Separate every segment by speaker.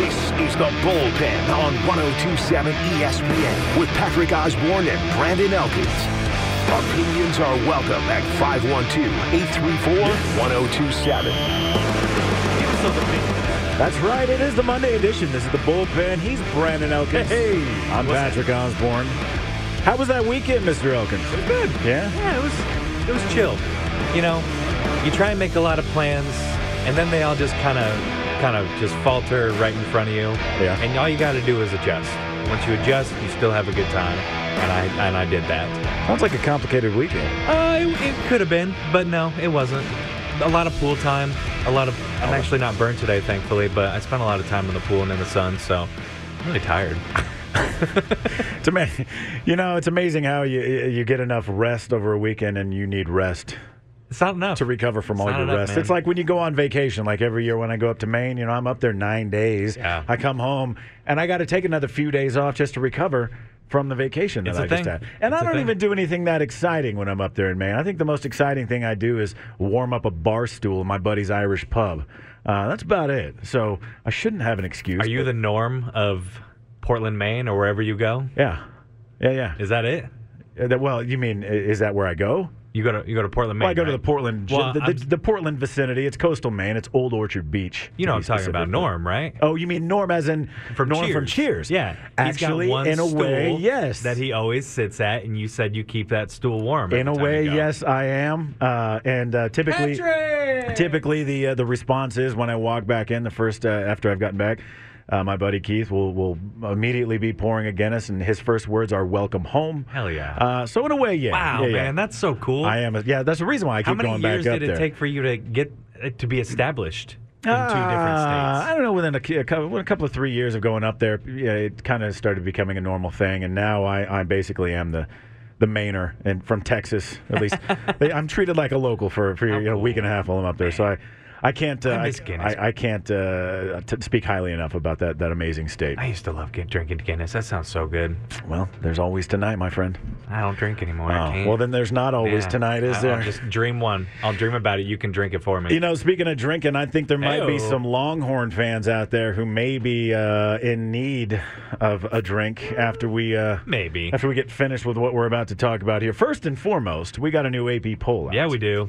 Speaker 1: is The Bullpen on 1027 ESPN with Patrick Osborne and Brandon Elkins. Opinions are welcome at 512-834-1027.
Speaker 2: That's right. It is the Monday edition. This is the bullpen. He's Brandon Elkins.
Speaker 3: Hey,
Speaker 2: I'm
Speaker 3: what's
Speaker 2: Patrick Osborne. How was that weekend, Mr. Elkins?
Speaker 3: It was good.
Speaker 2: Yeah.
Speaker 3: Yeah, it was. It was chill. You know, you try and make a lot of plans, and then they all just kind of, kind of just falter right in front of you.
Speaker 2: Yeah.
Speaker 3: And all you got to do is adjust. Once you adjust, you still have a good time. And I and I did that.
Speaker 2: Sounds like a complicated weekend.
Speaker 3: Uh, it, it could have been, but no, it wasn't. A lot of pool time. A lot of. I'm actually not burned today, thankfully, but I spent a lot of time in the pool and in the sun, so I'm really tired.
Speaker 2: It's ama- you know, it's amazing how you you get enough rest over a weekend and you need rest
Speaker 3: It's not enough
Speaker 2: to recover from
Speaker 3: It's
Speaker 2: all
Speaker 3: not
Speaker 2: your
Speaker 3: enough,
Speaker 2: rest.
Speaker 3: man.
Speaker 2: It's like when you go on vacation, like every year when I go up to Maine, you know, I'm up there nine days.
Speaker 3: Yeah.
Speaker 2: I come home and I got to take another few days off just to recover from the vacation that
Speaker 3: It's a
Speaker 2: I just
Speaker 3: thing.
Speaker 2: had. And I
Speaker 3: It's a
Speaker 2: don't
Speaker 3: thing.
Speaker 2: even do anything that exciting when I'm up there in Maine. I think the most exciting thing I do is warm up a bar stool in my buddy's Irish pub. Uh, that's about it. So I shouldn't have an excuse.
Speaker 3: Are you the
Speaker 2: but-
Speaker 3: norm of Portland, Maine, or wherever you go?
Speaker 2: Yeah. Yeah, yeah.
Speaker 3: Is that it?
Speaker 2: Uh, that- Well, you mean i- is that where I go?
Speaker 3: You go to you go to Portland, Maine.
Speaker 2: Well, I go to the
Speaker 3: right?
Speaker 2: Portland,
Speaker 3: Well,
Speaker 2: the,
Speaker 3: I'm-
Speaker 2: the, the Portland vicinity. It's coastal Maine. It's Old Orchard Beach.
Speaker 3: You
Speaker 2: to
Speaker 3: know
Speaker 2: be
Speaker 3: what I'm talking
Speaker 2: specific,
Speaker 3: about
Speaker 2: but-
Speaker 3: Norm, right?
Speaker 2: Oh, you mean Norm as in Norm from Cheers?
Speaker 3: Yeah, he's got
Speaker 2: actually,
Speaker 3: one
Speaker 2: in a way,
Speaker 3: stool
Speaker 2: yes.
Speaker 3: That he always sits at, and you said you keep that stool warm.
Speaker 2: in
Speaker 3: every
Speaker 2: a
Speaker 3: time you
Speaker 2: way,
Speaker 3: go.
Speaker 2: yes, I am. Uh, and uh, typically,
Speaker 3: Patrick!
Speaker 2: typically the uh, the response is when I walk back in the first uh, after I've gotten back. Uh, my buddy Keith will will immediately be pouring a Guinness, and his first words are "Welcome home."
Speaker 3: Hell yeah.
Speaker 2: Uh, so in a way, yeah.
Speaker 3: Wow,
Speaker 2: yeah, yeah.
Speaker 3: man, that's so cool.
Speaker 2: I am. A, yeah, that's the reason why I keep
Speaker 3: How many
Speaker 2: going
Speaker 3: years
Speaker 2: back up
Speaker 3: did it
Speaker 2: there.
Speaker 3: take for you to get uh, to be established in two different
Speaker 2: Uh, I
Speaker 3: states?
Speaker 2: don't know. Within a, cou- a couple, within a couple of three years of going up there, yeah, it kind of started becoming a normal thing, and now I, I basically am the the Mainer and from Texas at least. they, I'm treated like a local for for you know, a week and a half while I'm up there, so I. I can't. Uh,
Speaker 3: Oh, I
Speaker 2: I,
Speaker 3: miss Guinness.
Speaker 2: I, I can't uh, t- speak highly enough about that that amazing state.
Speaker 3: I used to love get, drinking Guinness. That sounds so good.
Speaker 2: Well, there's always tonight, my friend.
Speaker 3: I don't drink anymore. I
Speaker 2: Oh,
Speaker 3: can't.
Speaker 2: well, then there's not always
Speaker 3: Yeah.
Speaker 2: tonight, is
Speaker 3: I-
Speaker 2: there?
Speaker 3: I'll just dream one. I'll dream about it. You can drink it for me.
Speaker 2: You know, speaking of drinking, I think there might be
Speaker 3: Ayo.
Speaker 2: some Longhorn fans out there who may be uh, in need of a drink after we uh,
Speaker 3: Maybe.
Speaker 2: after we get finished with what we're about to talk about here. First and foremost, we got a new AP poll. Out.
Speaker 3: Yeah, we do.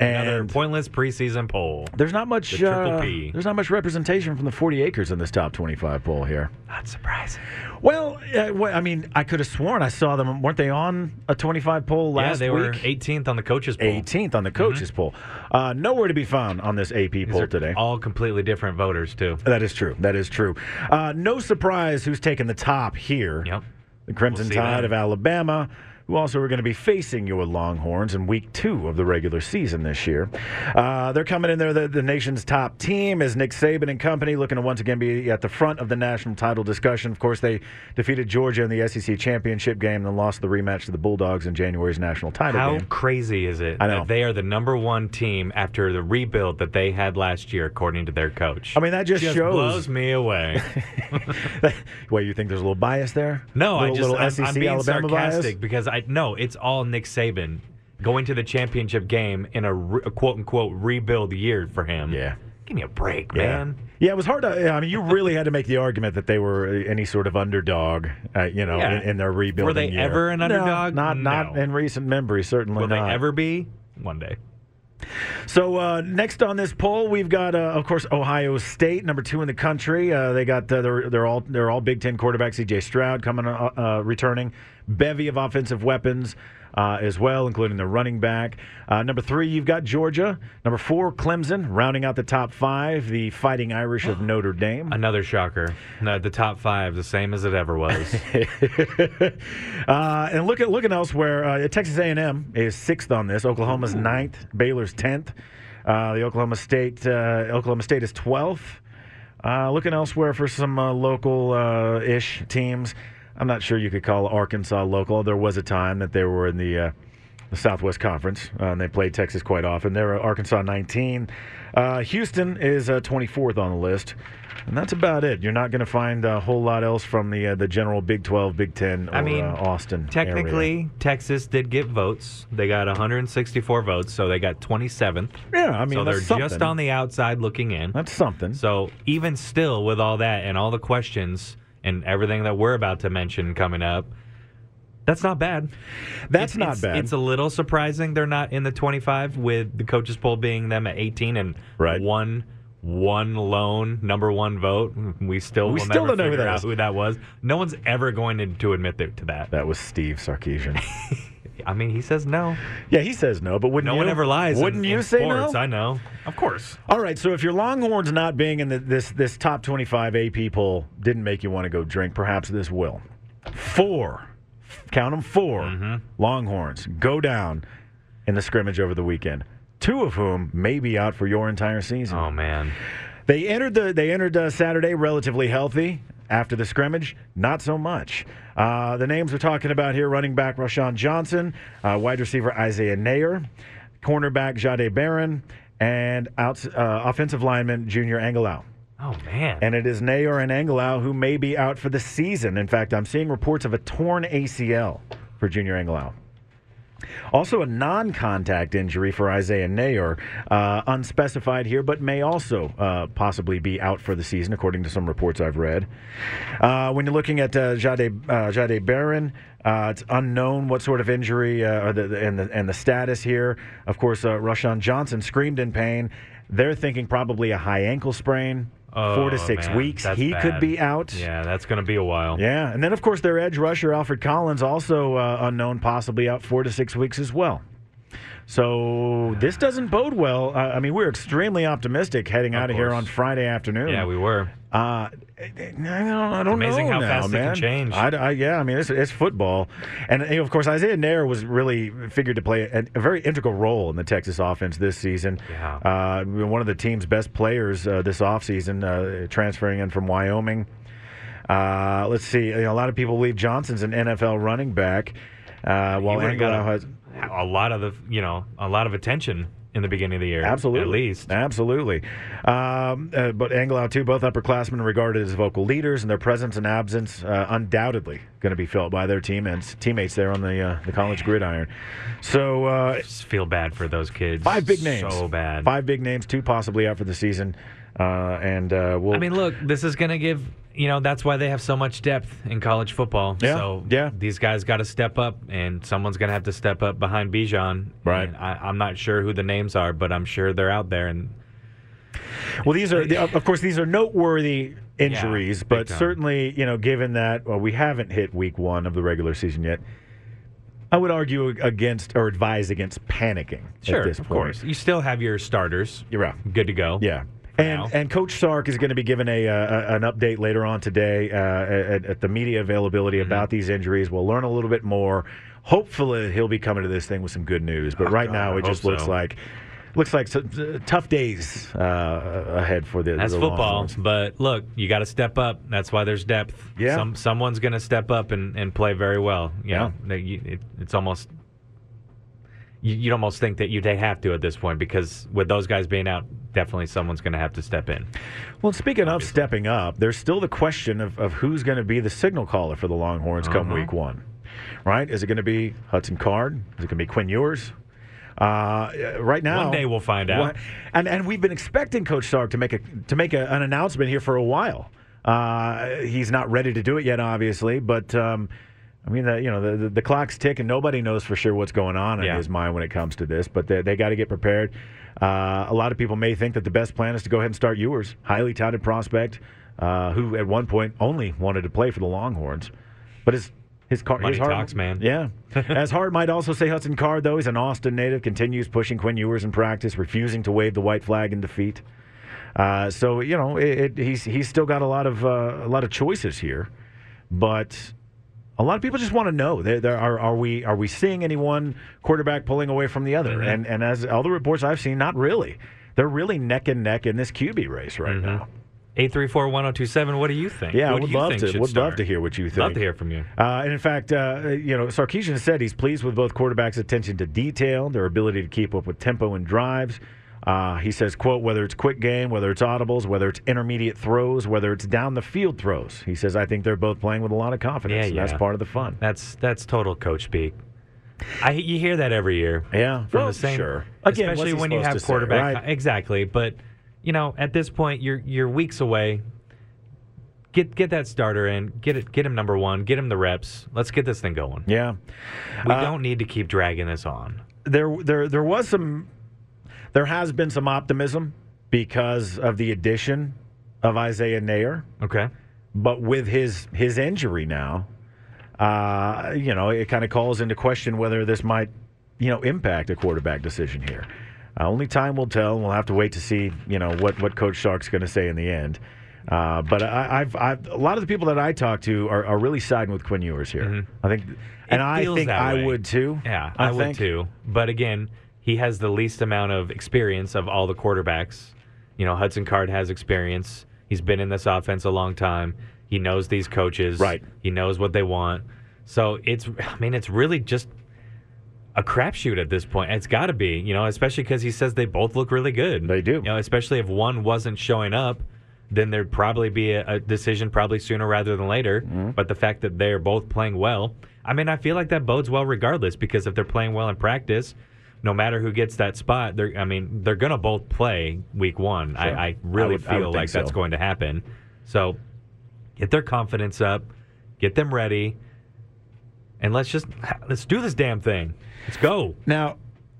Speaker 3: Another
Speaker 2: And-
Speaker 3: pointless preseason poll.
Speaker 2: There's not much.
Speaker 3: The triple
Speaker 2: uh,
Speaker 3: P.
Speaker 2: There's not much representation from the 40 acres in this top 25 poll here.
Speaker 3: Not surprising.
Speaker 2: Well, uh, wh- I mean, I could have sworn I saw them. Weren't they on a 25 poll last
Speaker 3: yeah, they were
Speaker 2: week?
Speaker 3: 18th on the coaches poll.
Speaker 2: 18th on the coaches poll. Uh, nowhere to be found on this AP
Speaker 3: These
Speaker 2: poll
Speaker 3: are
Speaker 2: today.
Speaker 3: All completely different voters too.
Speaker 2: That is true. That is true. Uh, no surprise who's taking the top here.
Speaker 3: Yep.
Speaker 2: The Crimson
Speaker 3: We'll see
Speaker 2: Tide
Speaker 3: that.
Speaker 2: of Alabama, who also are going to be facing your Longhorns in week two of the regular season this year. Uh, they're coming in there, the, the nation's top team is Nick Saban and company, looking to once again be at the front of the national title discussion. Of course, they defeated Georgia in the SEC championship game, then lost the rematch to the Bulldogs in January's national title
Speaker 3: How
Speaker 2: game.
Speaker 3: crazy is it
Speaker 2: I know.
Speaker 3: that they are the number one team after the rebuild that they had last year, according to their coach?
Speaker 2: I mean, that just, shows.
Speaker 3: blows me away.
Speaker 2: Wait, you think there's a little bias there?
Speaker 3: No,
Speaker 2: little,
Speaker 3: I just
Speaker 2: little
Speaker 3: I'm,
Speaker 2: SEC
Speaker 3: I'm being
Speaker 2: Alabama
Speaker 3: sarcastic
Speaker 2: bias.
Speaker 3: because I no, it's all Nick Saban going to the championship game in a, re, a quote unquote rebuild year for him.
Speaker 2: Yeah.
Speaker 3: give me a break, man.
Speaker 2: Yeah, it was hard to. I mean, you really had to make the argument that they were uh, any sort of underdog, uh, you know,
Speaker 3: Yeah.
Speaker 2: in, in their rebuilding.
Speaker 3: Were they
Speaker 2: year.
Speaker 3: ever an
Speaker 2: No,
Speaker 3: underdog?
Speaker 2: not not
Speaker 3: No.
Speaker 2: in recent memory, certainly
Speaker 3: Will
Speaker 2: not.
Speaker 3: they ever be? One day.
Speaker 2: So uh, next on this poll, we've got, uh, of course, Ohio State, number two in the country. Uh, they got uh, they're, they're all they're all Big Ten quarterback C.J. Stroud coming uh, uh, returning, bevy of offensive weapons uh, as well, including the running back. Uh, number three, you've got Georgia. Number four, Clemson, rounding out the top five, the Fighting Irish of Notre Dame.
Speaker 3: Another shocker. No, the top five, the same as it ever was.
Speaker 2: uh, and look at looking elsewhere. Uh, Texas A&M is sixth on this. Oklahoma's ninth. Baylor's tenth. Uh, the Oklahoma State uh, Oklahoma State is twelfth. Uh, looking elsewhere for some uh, local uh, ish teams. I'm not sure you could call Arkansas local. There was a time that they were in the uh, the Southwest Conference, uh, and they play Texas quite often. They're uh, Arkansas 19. Uh, Houston is uh, 24th on the list, and that's about it. You're not going to find a whole lot else from the uh, the general Big 12, Big 10, or
Speaker 3: I mean,
Speaker 2: uh, Austin. area.
Speaker 3: Technically, Texas did get votes. They got 164 votes, so they got 27th.
Speaker 2: yeah. I mean,
Speaker 3: so they're
Speaker 2: that's
Speaker 3: just
Speaker 2: something.
Speaker 3: on the outside looking in.
Speaker 2: That's something.
Speaker 3: So even still, with all that and all the questions and everything that we're about to mention coming up, that's not bad.
Speaker 2: That's
Speaker 3: It's-
Speaker 2: not
Speaker 3: it's-
Speaker 2: bad.
Speaker 3: It's a little surprising they're not in the 25 with the coaches poll being them at 18 and
Speaker 2: Right.
Speaker 3: one one lone number one vote. We still
Speaker 2: We
Speaker 3: will
Speaker 2: still
Speaker 3: never
Speaker 2: don't know who
Speaker 3: figure
Speaker 2: that
Speaker 3: out
Speaker 2: is.
Speaker 3: who that was. No one's ever going to, to admit that, to that.
Speaker 2: that was Steve Sarkeesian.
Speaker 3: I mean, he says no.
Speaker 2: yeah, he says no, but wouldn't
Speaker 3: No
Speaker 2: you?
Speaker 3: one ever lies. in-
Speaker 2: Wouldn't
Speaker 3: in
Speaker 2: you say
Speaker 3: sports,
Speaker 2: no?
Speaker 3: I know. Of course.
Speaker 2: All right, so if your Longhorns not being in the, this this top 25 AP poll didn't make you want to go drink, perhaps this will. Four, count them 4 Mm-hmm. Longhorns go down in the scrimmage over the weekend. Two of whom may be out for your entire season.
Speaker 3: Oh man.
Speaker 2: They entered the they entered uh, Saturday relatively healthy. After the scrimmage, not so much. Uh, the names we're talking about here: running back Rashawn Johnson, uh, wide receiver Isaiah Nayer, cornerback Jade Barron, and outs uh, offensive lineman Junior Angelau.
Speaker 3: Oh man.
Speaker 2: And it is Nayer and Angelau who may be out for the season. In fact, I'm seeing reports of a torn ACL for Junior Angelau. Also, a non contact injury for Isaiah Nayer, uh, unspecified here, but may also uh, possibly be out for the season, according to some reports I've read. Uh, when you're looking at uh, Jade, uh, Jade Barron, uh, it's unknown what sort of injury uh, or the, the- and, the, and the status here. Of course, uh, Rashawn Johnson screamed in pain. They're thinking probably a high ankle sprain, four to
Speaker 3: Oh,
Speaker 2: six
Speaker 3: man,
Speaker 2: weeks.
Speaker 3: that's
Speaker 2: He
Speaker 3: bad.
Speaker 2: could be out.
Speaker 3: Yeah, that's going to be a while.
Speaker 2: Yeah, and then of course their edge rusher Alfred Collins also uh, unknown, possibly out four to six weeks as well. So this doesn't bode well. Uh, I mean, we're extremely optimistic heading out of here
Speaker 3: course.
Speaker 2: on Friday afternoon.
Speaker 3: Yeah, we were.
Speaker 2: Uh, I don't, I don't
Speaker 3: amazing
Speaker 2: know
Speaker 3: how
Speaker 2: now,
Speaker 3: fast it can
Speaker 2: man.
Speaker 3: change.
Speaker 2: I, I- yeah, I mean it's, it's football, and you know, of course Isaiah Nair was really figured to play a, a very integral role in the Texas offense this season.
Speaker 3: Yeah.
Speaker 2: Uh, one of the team's best players uh, this offseason, uh, transferring in from Wyoming. Uh, let's see. You know, a lot of people believe Johnson's an NFL running back, uh, while
Speaker 3: would've got
Speaker 2: Angelau
Speaker 3: a-
Speaker 2: has
Speaker 3: a lot of the you know a lot of attention in the beginning of the year.
Speaker 2: Absolutely.
Speaker 3: at least.
Speaker 2: Absolutely. Um, uh, but Angelau, too, both upperclassmen are regarded as vocal leaders, and their presence and absence uh, undoubtedly going to be felt by their team and s- teammates there on the, uh, the college gridiron. So, uh,
Speaker 3: Just feel bad for those kids.
Speaker 2: five big names.
Speaker 3: So bad.
Speaker 2: Five big names, two possibly out for the season. Uh, and uh, we'll.
Speaker 3: I mean, look, this is going to give you know that's why they have so much depth in college football.
Speaker 2: Yeah,
Speaker 3: So
Speaker 2: yeah.
Speaker 3: these guys got to step up, and someone's going to have to step up behind Bijan.
Speaker 2: Right.
Speaker 3: And I, I'm not sure who the names are, but I'm sure they're out there. And
Speaker 2: Well, these are, of course, these are noteworthy injuries,
Speaker 3: big
Speaker 2: but
Speaker 3: time.
Speaker 2: certainly, you know, given that well, we haven't hit week one of the regular season yet, I would argue against or advise against panicking
Speaker 3: sure,
Speaker 2: at this
Speaker 3: of
Speaker 2: point.
Speaker 3: course, you still have your starters.
Speaker 2: You're right.
Speaker 3: Good to go.
Speaker 2: Yeah.
Speaker 3: For
Speaker 2: And,
Speaker 3: now.
Speaker 2: and Coach Sark is going to be given a, uh, a- an update later on today uh, at, at the media availability
Speaker 3: Mm-hmm.
Speaker 2: about these injuries. We'll learn a little bit more. Hopefully, he'll be coming to this thing with some good news. But right
Speaker 3: Oh, God,
Speaker 2: now,
Speaker 3: I
Speaker 2: it just
Speaker 3: hope
Speaker 2: looks
Speaker 3: so.
Speaker 2: like looks like some, uh, tough days uh, ahead for the.
Speaker 3: That's
Speaker 2: the
Speaker 3: football,
Speaker 2: Longhorns.
Speaker 3: but look, you got to step up. That's why there's depth.
Speaker 2: Yeah.
Speaker 3: Some, someone's going to step up and, and play very well. You
Speaker 2: Yeah.
Speaker 3: know, that you- it, it's almost you, you'd almost think that you they have to at this point because with those guys being out, definitely someone's going to have to step in.
Speaker 2: Well, speaking of stepping up, there's still the question of, of who's going to be the signal caller for the Longhorns come
Speaker 3: Uh-huh.
Speaker 2: week one, right? Is it going to be Hudson Card? Is it going to be Quinn Ewers? Uh, Uh, right now,
Speaker 3: day we'll find out.
Speaker 2: What- and and we've been expecting Coach Sark to make a to make a, an announcement here for a while. Uh, he's not ready to do it yet, obviously, but. Um, I mean, the, you know, the, the, the clock's ticking. Nobody knows for sure what's going on in
Speaker 3: Yeah.
Speaker 2: his mind when it comes to this, but they, they got to get prepared. Uh, a lot of people may think that the best plan is to go ahead and start Ewers, highly touted prospect, uh, who at one point only wanted to play for the Longhorns, but his his car
Speaker 3: Money
Speaker 2: his heart,
Speaker 3: talks, man.
Speaker 2: Yeah, as Hart might also say, Hudson Card though he's an Austin native, continues pushing Quinn Ewers in practice, refusing to wave the white flag in defeat. Uh, so you know, it, it, he's he's still got a lot of uh, a lot of choices here, but a lot of people just want to know there, there are are we are we seeing any one quarterback pulling away from the
Speaker 3: Mm-hmm.
Speaker 2: other? And and as all the reports I've seen, not really. They're really neck and neck in this QB race right now.
Speaker 3: 834-1027, What do you think?
Speaker 2: Yeah, I
Speaker 3: Mm-hmm. what
Speaker 2: would
Speaker 3: do you
Speaker 2: love
Speaker 3: think
Speaker 2: to.
Speaker 3: should
Speaker 2: Would love
Speaker 3: start?
Speaker 2: to hear what you think.
Speaker 3: Love to hear from you.
Speaker 2: Uh, and in fact, uh, you know, Sarkeesian said he's pleased with both quarterbacks' attention to detail, their ability to keep up with tempo and drives. Uh, he says, "quote Whether it's quick game, whether it's audibles, whether it's intermediate throws, whether it's down the field throws." He says, "I think they're both playing with a lot of confidence,
Speaker 3: Yeah,
Speaker 2: and that's
Speaker 3: yeah.
Speaker 2: part of the fun."
Speaker 3: That's that's total coach speak. I you hear that every year.
Speaker 2: Yeah,
Speaker 3: from
Speaker 2: well,
Speaker 3: the same.
Speaker 2: sure. Again, what's
Speaker 3: especially
Speaker 2: he
Speaker 3: when you
Speaker 2: supposed
Speaker 3: have
Speaker 2: to say,
Speaker 3: quarterback.
Speaker 2: right?
Speaker 3: Exactly, but you know, at this point, you're you're weeks away. Get get that starter in. Get it. Get him number one. Get him the reps. Let's get this thing going.
Speaker 2: Yeah.
Speaker 3: We
Speaker 2: Uh,
Speaker 3: don't need to keep dragging this on.
Speaker 2: there there there was some there has been some optimism because of the addition of Isaiah Nayer,
Speaker 3: Okay.
Speaker 2: but with his his injury now, uh, you know, it kind of calls into question whether this might, you know, impact a quarterback decision here. Uh, only time will tell. and We'll have to wait to see, you know, what what Coach Shark's going to say in the end. Uh, but I, I've, I've a lot of the people that I talk to are, are really siding with Quinn Ewers here. I think, and I
Speaker 3: Mm-hmm. feels
Speaker 2: think
Speaker 3: that
Speaker 2: I
Speaker 3: way.
Speaker 2: would too.
Speaker 3: Yeah, I, would
Speaker 2: think.
Speaker 3: too. But again, he has the least amount of experience of all the quarterbacks. You know, Hudson Card has experience. He's been in this offense a long time. He knows these coaches.
Speaker 2: Right.
Speaker 3: He knows what they want. So it's, I mean, it's really just a crapshoot at this point. It's got to be, you know, especially because he says they both look really good.
Speaker 2: They do.
Speaker 3: You know, especially if one wasn't showing up, then there'd probably be a, a decision probably sooner rather than later.
Speaker 2: Mm-hmm.
Speaker 3: But the fact that they're both playing well, I mean, I feel like that bodes well regardless because if they're playing well in practice, no matter who gets that spot, they're, I mean, they're going to both play week one.
Speaker 2: Sure.
Speaker 3: I, I
Speaker 2: I
Speaker 3: really
Speaker 2: would- I
Speaker 3: feel
Speaker 2: would think
Speaker 3: like that's
Speaker 2: so.
Speaker 3: going to happen. So get their confidence up, get them ready. And let's just let's do this damn thing. Let's go.
Speaker 2: Now,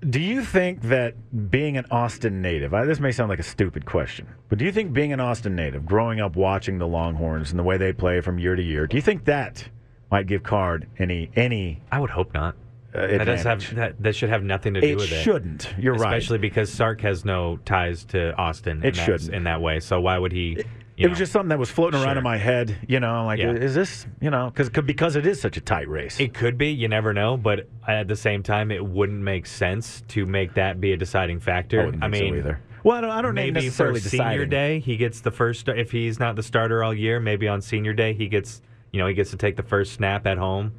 Speaker 2: do you think that being an Austin native, I, this may sound like a stupid question, but do you think being an Austin native, growing up watching the Longhorns and the way they play from year to year, do you think that might give Card any any
Speaker 3: I would hope not.
Speaker 2: uh,
Speaker 3: That, does
Speaker 2: advantage?
Speaker 3: have, that, that should have nothing to do
Speaker 2: it
Speaker 3: with it.
Speaker 2: shouldn't. You're
Speaker 3: Especially
Speaker 2: right.
Speaker 3: because Sark has no ties to Austin. in
Speaker 2: It
Speaker 3: that-
Speaker 2: shouldn't.
Speaker 3: in that way. So why would he? you
Speaker 2: It was
Speaker 3: know,
Speaker 2: just something that was floating around
Speaker 3: Sure.
Speaker 2: in my head. You know, I'm like,
Speaker 3: Yeah.
Speaker 2: is this, you know, cause, 'cause- because it is such a tight race.
Speaker 3: It could be. You never know. But at the same time, it wouldn't make sense to make that be a deciding factor.
Speaker 2: I, wouldn't
Speaker 3: I
Speaker 2: think so
Speaker 3: mean,
Speaker 2: either. Well, I don't, I don't
Speaker 3: maybe for
Speaker 2: necessarily
Speaker 3: senior
Speaker 2: deciding.
Speaker 3: day he gets the first if he's not the starter all year maybe on senior day he gets you know he gets to take the first snap at home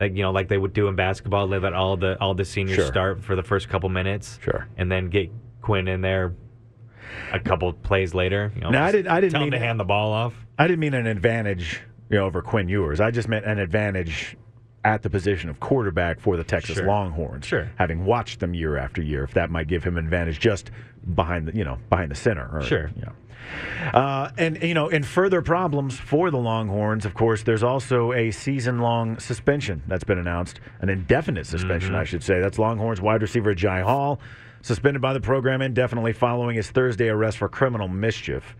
Speaker 3: like you know like they would do in basketball they let all the all the seniors
Speaker 2: Sure.
Speaker 3: start for the first couple minutes
Speaker 2: Sure.
Speaker 3: and then get quinn in there a couple plays later you know,
Speaker 2: No, I
Speaker 3: just
Speaker 2: didn't- I didn't
Speaker 3: tell
Speaker 2: mean
Speaker 3: him
Speaker 2: it.
Speaker 3: to hand the ball off
Speaker 2: I didn't mean an advantage you know, over Quinn Ewers. I just meant an advantage at the position of quarterback for the Texas
Speaker 3: Sure.
Speaker 2: Longhorns.
Speaker 3: Sure.
Speaker 2: Having watched them year after year, if that might give him an advantage just behind the you know behind the center. Or,
Speaker 3: Sure.
Speaker 2: You know. Uh, and you know, and further problems for the Longhorns. Of course, there's also a season-long suspension that's been announced, an indefinite suspension,
Speaker 3: Mm-hmm.
Speaker 2: I should say. That's Longhorns wide receiver Jai Hall, suspended by the program indefinitely following his Thursday arrest for criminal mischief.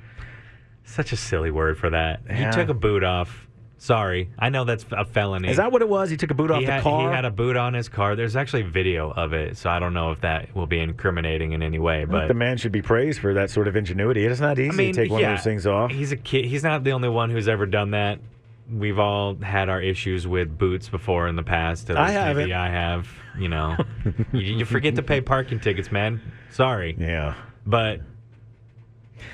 Speaker 3: such a silly word for that
Speaker 2: Yeah.
Speaker 3: he took a boot off sorry i know that's a felony
Speaker 2: Is that what it was? He took a boot off
Speaker 3: he
Speaker 2: the
Speaker 3: had,
Speaker 2: car.
Speaker 3: He had a boot on his car. There's actually video of it, so I don't know if that will be incriminating in any way.
Speaker 2: I think
Speaker 3: But
Speaker 2: the man should be praised for that sort of ingenuity. It's not easy
Speaker 3: I mean,
Speaker 2: to take one
Speaker 3: yeah,
Speaker 2: of those things off.
Speaker 3: He's a kid. He's not the only one who's ever done that. We've all had our issues with boots before in the past. At
Speaker 2: I
Speaker 3: least
Speaker 2: haven't.
Speaker 3: Maybe I have. You know, you, you forget to pay parking tickets, man. Sorry,
Speaker 2: Yeah.
Speaker 3: but.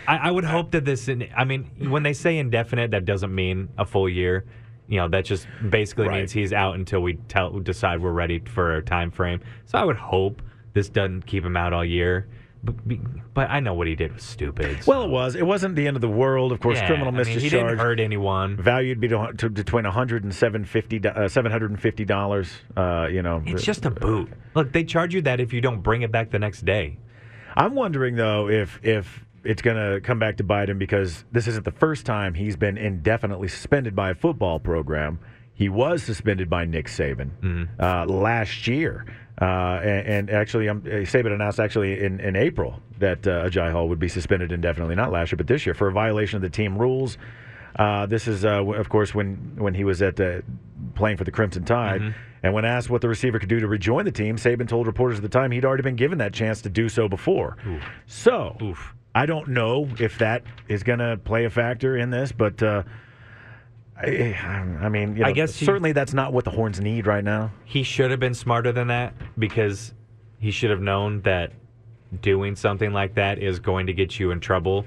Speaker 3: I, I would hope that this. In, I mean, when they say indefinite, that doesn't mean a full year. You know, that just basically
Speaker 2: Right.
Speaker 3: means he's out until we tell decide we're ready for a time frame. So I would hope this doesn't keep him out all year. But, be- but I know what he did was stupid. so-
Speaker 2: Well, it was. It wasn't the end of the world. Of course,
Speaker 3: Yeah,
Speaker 2: criminal
Speaker 3: I mean,
Speaker 2: mischief
Speaker 3: he
Speaker 2: charge
Speaker 3: didn't hurt anyone.
Speaker 2: valued be to, to between 100 and 750 do- uh, 750 dollars. Uh, you know,
Speaker 3: It's just a boot. Look, they charge you that if you don't bring it back the next day.
Speaker 2: I'm wondering though if if it's going to come back to Biden because this isn't the first time he's been indefinitely suspended by a football program. He was suspended by Nick Saban uh, last year, uh, and, and actually, um, Saban announced actually in, in April that uh, Ajay Hall would be suspended indefinitely, not last year but this year for a violation of the team rules. Uh, this is, uh, w- of course, when when he was at uh, playing for the Crimson Tide.
Speaker 3: Mm-hmm.
Speaker 2: And when asked what the receiver could do to rejoin the team, Saban told reporters at the time he'd already been given that chance to do so before. So
Speaker 3: Oof.
Speaker 2: I don't know if that is going to play a factor in this, but uh, I, I mean, you
Speaker 3: I
Speaker 2: know,
Speaker 3: guess he-
Speaker 2: certainly that's not what the Horns need right now.
Speaker 3: He should have been smarter than that because he should have known that doing something like that is going to get you in trouble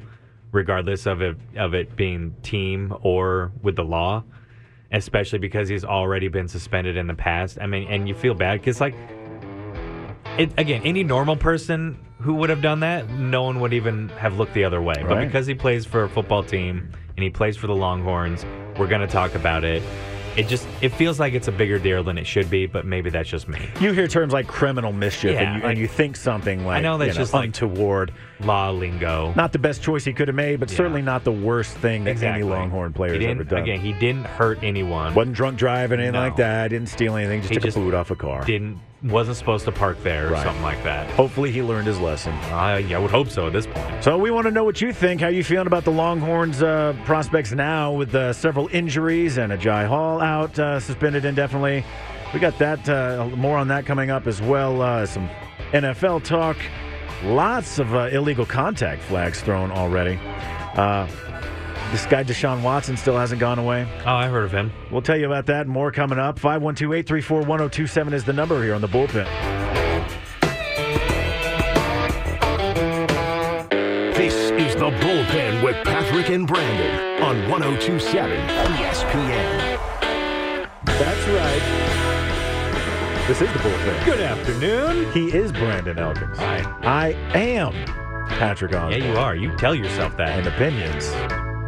Speaker 3: regardless of it, of it being team or with the law, especially because he's already been suspended in the past. I mean, and you feel bad because, like, it, again, any normal person who would have done that, no one would even have looked the other way. But
Speaker 2: Right.
Speaker 3: because he plays for a football team and he plays for the Longhorns, we're going to talk about it. It just it feels like it's a bigger deal than it should be, but maybe that's just me.
Speaker 2: You hear terms like criminal mischief,
Speaker 3: Yeah,
Speaker 2: and, you,
Speaker 3: like-
Speaker 2: and you think something like
Speaker 3: know that's
Speaker 2: you
Speaker 3: just like-
Speaker 2: untoward.
Speaker 3: Law lingo.
Speaker 2: Not the best choice he could have made, but certainly not the worst thing that any Longhorn player
Speaker 3: He
Speaker 2: has ever
Speaker 3: didn't-
Speaker 2: done.
Speaker 3: Again, he didn't hurt anyone.
Speaker 2: Wasn't drunk driving, anything
Speaker 3: No.
Speaker 2: like that. Didn't steal anything. Just
Speaker 3: He
Speaker 2: took
Speaker 3: just
Speaker 2: a boot off a car.
Speaker 3: Didn't wasn't supposed to park there or
Speaker 2: Right.
Speaker 3: something like that.
Speaker 2: Hopefully, he learned his lesson.
Speaker 3: I, I would hope so at this point.
Speaker 2: So we want to know what you think. How you feeling about the Longhorns' uh, prospects now, with uh, several injuries and Ajay Hall out, uh, suspended indefinitely. We got that uh, more on that coming up as well. Uh, some NFL talk. Lots of uh, illegal contact flags thrown already. Uh, this guy Deshaun Watson still hasn't gone away.
Speaker 3: Oh, I heard of him.
Speaker 2: We'll tell you about that and more coming up. 512 834 1027 is the number here on the bullpen.
Speaker 1: This is the bullpen with Patrick and Brandon on 1027 ESPN.
Speaker 2: That's right. This is the bullpen.
Speaker 3: Good afternoon.
Speaker 2: He is Brandon Elkins.
Speaker 3: Hi.
Speaker 2: I am Patrick on.
Speaker 3: Yeah, you are. You tell yourself that.
Speaker 2: And opinions.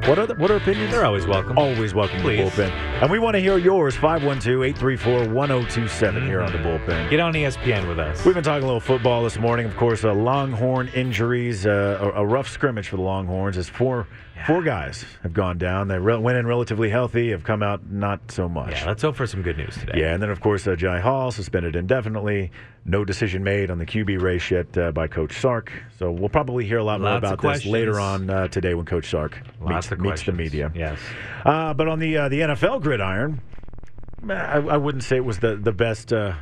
Speaker 2: What are the, what are opinions?
Speaker 3: They're always welcome.
Speaker 2: always welcome to
Speaker 3: Please.
Speaker 2: the bullpen. And we want to hear yours. 512 834 1027 here on the bullpen.
Speaker 3: Get on E ESPN with us.
Speaker 2: We've been talking a little football this morning. Of course, uh, Longhorn injuries, uh, a, a rough scrimmage for the Longhorns as four four guys have gone down. They re- went in relatively healthy, have come out not so much.
Speaker 3: Yeah, let's hope for some good news today.
Speaker 2: Yeah, and then of course uh, Jai Hall suspended indefinitely. No decision made on the QB race yet uh, by Coach Sark. So we'll probably hear a lot
Speaker 3: Lots of
Speaker 2: more about this later on
Speaker 3: questions.
Speaker 2: uh, today when Coach Sark
Speaker 3: Lots
Speaker 2: meets,
Speaker 3: of
Speaker 2: meets the
Speaker 3: questions.
Speaker 2: media.
Speaker 3: Yes.
Speaker 2: Uh, but on the uh, the NFL gridiron, uh, I, I wouldn't say it was the the best uh,